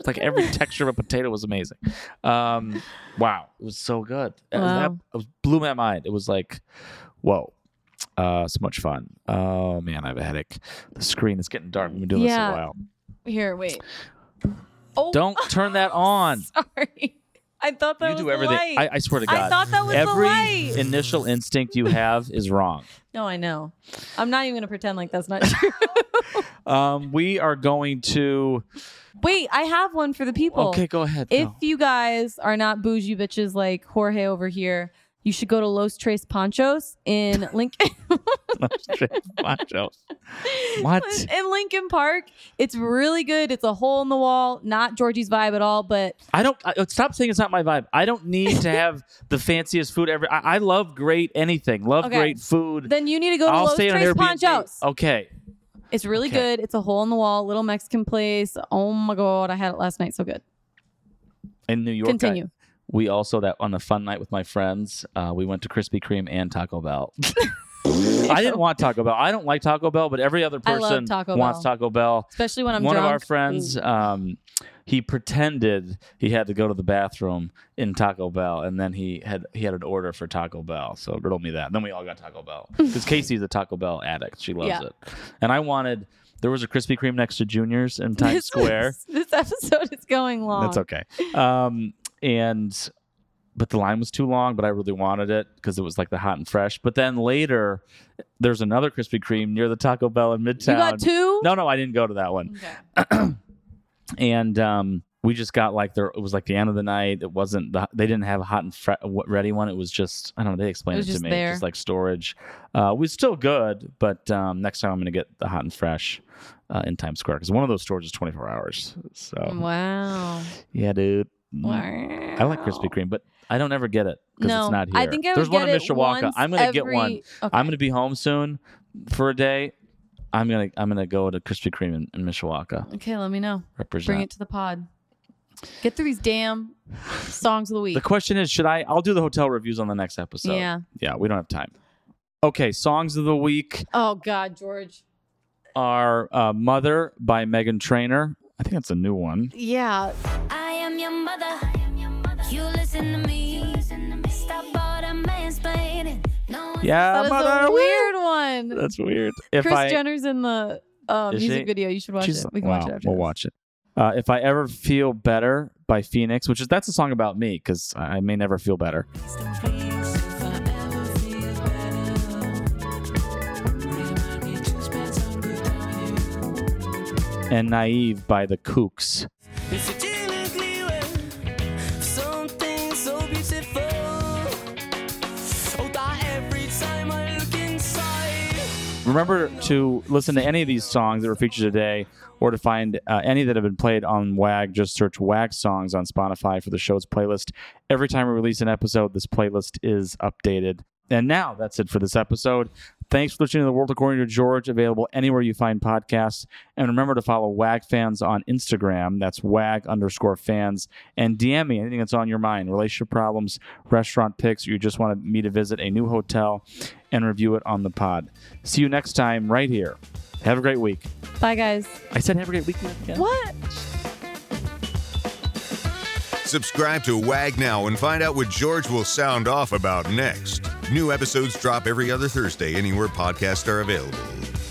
Speaker 2: like
Speaker 3: <laughs>
Speaker 2: every texture of a potato was amazing um wow it was so good It was-
Speaker 3: Wow.
Speaker 2: it was blew my mind it was like whoa uh so much fun oh man i have a headache the screen is getting dark we've been doing
Speaker 3: Yeah.
Speaker 2: this a while
Speaker 3: Here, wait. Oh,
Speaker 2: don't turn that on
Speaker 3: <laughs> Sorry, I thought that
Speaker 2: you
Speaker 3: was
Speaker 2: do
Speaker 3: the
Speaker 2: everything
Speaker 3: light.
Speaker 2: I, I swear to god
Speaker 3: I thought that was the
Speaker 2: every
Speaker 3: light.
Speaker 2: initial instinct you have is wrong
Speaker 3: no, I know. I'm not even gonna pretend like that's not true.
Speaker 2: <laughs> um we are going to
Speaker 3: Wait, I have one for the people.
Speaker 2: okay go ahead
Speaker 3: If
Speaker 2: <laughs> No.
Speaker 3: you guys are not bougie bitches like Jorge over here, you should go to Los Tres Panchos in Lincoln. <laughs>
Speaker 2: What?
Speaker 3: in Lincoln Park. It's really good. It's a hole in the wall, not Georgie's vibe at all, but
Speaker 2: I don't I, oh, stop saying it's not my vibe. I don't need to
Speaker 3: <laughs>
Speaker 2: have the fanciest food ever. I, I love great anything. Love
Speaker 3: Okay.
Speaker 2: great food.
Speaker 3: then you need to go to
Speaker 2: I'll
Speaker 3: Los
Speaker 2: stay in an
Speaker 3: Tres
Speaker 2: Airbnb.
Speaker 3: Panchos.
Speaker 2: Okay.
Speaker 3: It's really
Speaker 2: Okay.
Speaker 3: good. It's a hole in the wall, little Mexican place. Oh my god, I had it last night. So good.
Speaker 2: In New York, I-
Speaker 3: Continue. <laughs>
Speaker 2: we also that on the fun night with my friends, uh, we went to Krispy Kreme and Taco Bell. I didn't want Taco Bell. I don't like Taco Bell, but every other
Speaker 3: I love
Speaker 2: person
Speaker 3: Taco
Speaker 2: wants
Speaker 3: Bell.
Speaker 2: Taco Bell.
Speaker 3: Especially when I'm
Speaker 2: One
Speaker 3: drunk. Mm.
Speaker 2: of our friends, um, he pretended he had to go to the bathroom in Taco Bell, and then he had he had an order for Taco Bell. So riddle me that. Then we all got Taco
Speaker 3: <laughs>
Speaker 2: Bell because Casey's a Taco Bell addict. She loves
Speaker 3: Yeah.
Speaker 2: it, and I wanted. There was a Krispy Kreme next to Junior's in <laughs> Times
Speaker 3: This
Speaker 2: Square.
Speaker 3: is- <laughs> this episode is going long.
Speaker 2: That's okay. Um, and but the line was too long, but I really wanted it because it was like the hot and fresh. But then later, there's another Krispy Kreme near the Taco Bell in Midtown.
Speaker 3: You got two?
Speaker 2: No, no, I didn't go to that one.
Speaker 3: Okay.
Speaker 2: And um, we just got like there. It was like the end of the night. It wasn't. The, they didn't have a hot and fre- what- ready one. It was just. I don't know. They explained
Speaker 3: It
Speaker 2: it,
Speaker 3: was
Speaker 2: to
Speaker 3: just
Speaker 2: me.
Speaker 3: there.
Speaker 2: Just like storage. Uh, it was still good, but um, next time I'm gonna get the hot and fresh uh, in Times Square because one of those stores is 24 hours. So
Speaker 3: Wow.
Speaker 2: yeah, dude. Mm.
Speaker 3: Wow.
Speaker 2: Oh. I like Krispy Kreme, but I don't ever get it because
Speaker 3: No,
Speaker 2: it's not here.
Speaker 3: I think I would
Speaker 2: There's one
Speaker 3: get
Speaker 2: in
Speaker 3: it
Speaker 2: Mishawaka.
Speaker 3: once
Speaker 2: I'm gonna get one.
Speaker 3: every- Okay.
Speaker 2: I'm gonna be home soon for a day. I'm gonna I'm gonna go to Krispy Kreme in, in Mishawaka.
Speaker 3: Okay, let me know. Bring
Speaker 2: Represent.
Speaker 3: it to the pod. Get through these damn songs of the week.
Speaker 2: The question is, should I? I'll do the hotel reviews on the next episode.
Speaker 3: Yeah.
Speaker 2: Yeah. We don't have time. Okay. Songs of the week
Speaker 3: Oh God, George.
Speaker 2: are uh, "Mother" by Megan Trainor. I think that's a new one.
Speaker 3: Yeah.
Speaker 4: I am your mother. You listen to me. Stop all the mansplaining. No one
Speaker 2: Yeah,
Speaker 3: that is
Speaker 2: mother.
Speaker 3: a
Speaker 2: woo!
Speaker 3: weird one.
Speaker 2: That's weird. If
Speaker 3: Chris
Speaker 2: I,
Speaker 3: Jenner's in the uh,
Speaker 2: Is
Speaker 3: music
Speaker 2: she?
Speaker 3: video. You should watch
Speaker 2: She's-
Speaker 3: it. We can
Speaker 2: wow,
Speaker 3: watch it after.
Speaker 2: We'll
Speaker 3: this.
Speaker 2: watch it. Uh, if I ever feel better by Phoenix, which is that's a song about me because I I may never feel better. And naive by the Kooks.
Speaker 5: It's a delicately well, something so beautiful. Oh, that every time I look inside.
Speaker 2: Remember to listen to any of these songs that were featured today, or to find uh, any that have been played on WAG. Just search WAG songs on Spotify for the show's playlist. Every time we release an episode, this playlist is updated. And now that's it for this episode. Thanks for listening to The World According to George, available anywhere you find podcasts. And remember to follow WAG fans on Instagram. That's WAG underscore fans. And DM me anything that's on your mind relationship problems, restaurant picks, or you just want me to visit a new hotel and review it on the pod. See you next time right here. Have a great week.
Speaker 3: Bye, guys.
Speaker 2: I said have a great weekend. again.
Speaker 3: What?
Speaker 1: Subscribe to WAG now and find out what George will sound off about next. New episodes drop every other Thursday anywhere podcasts are available.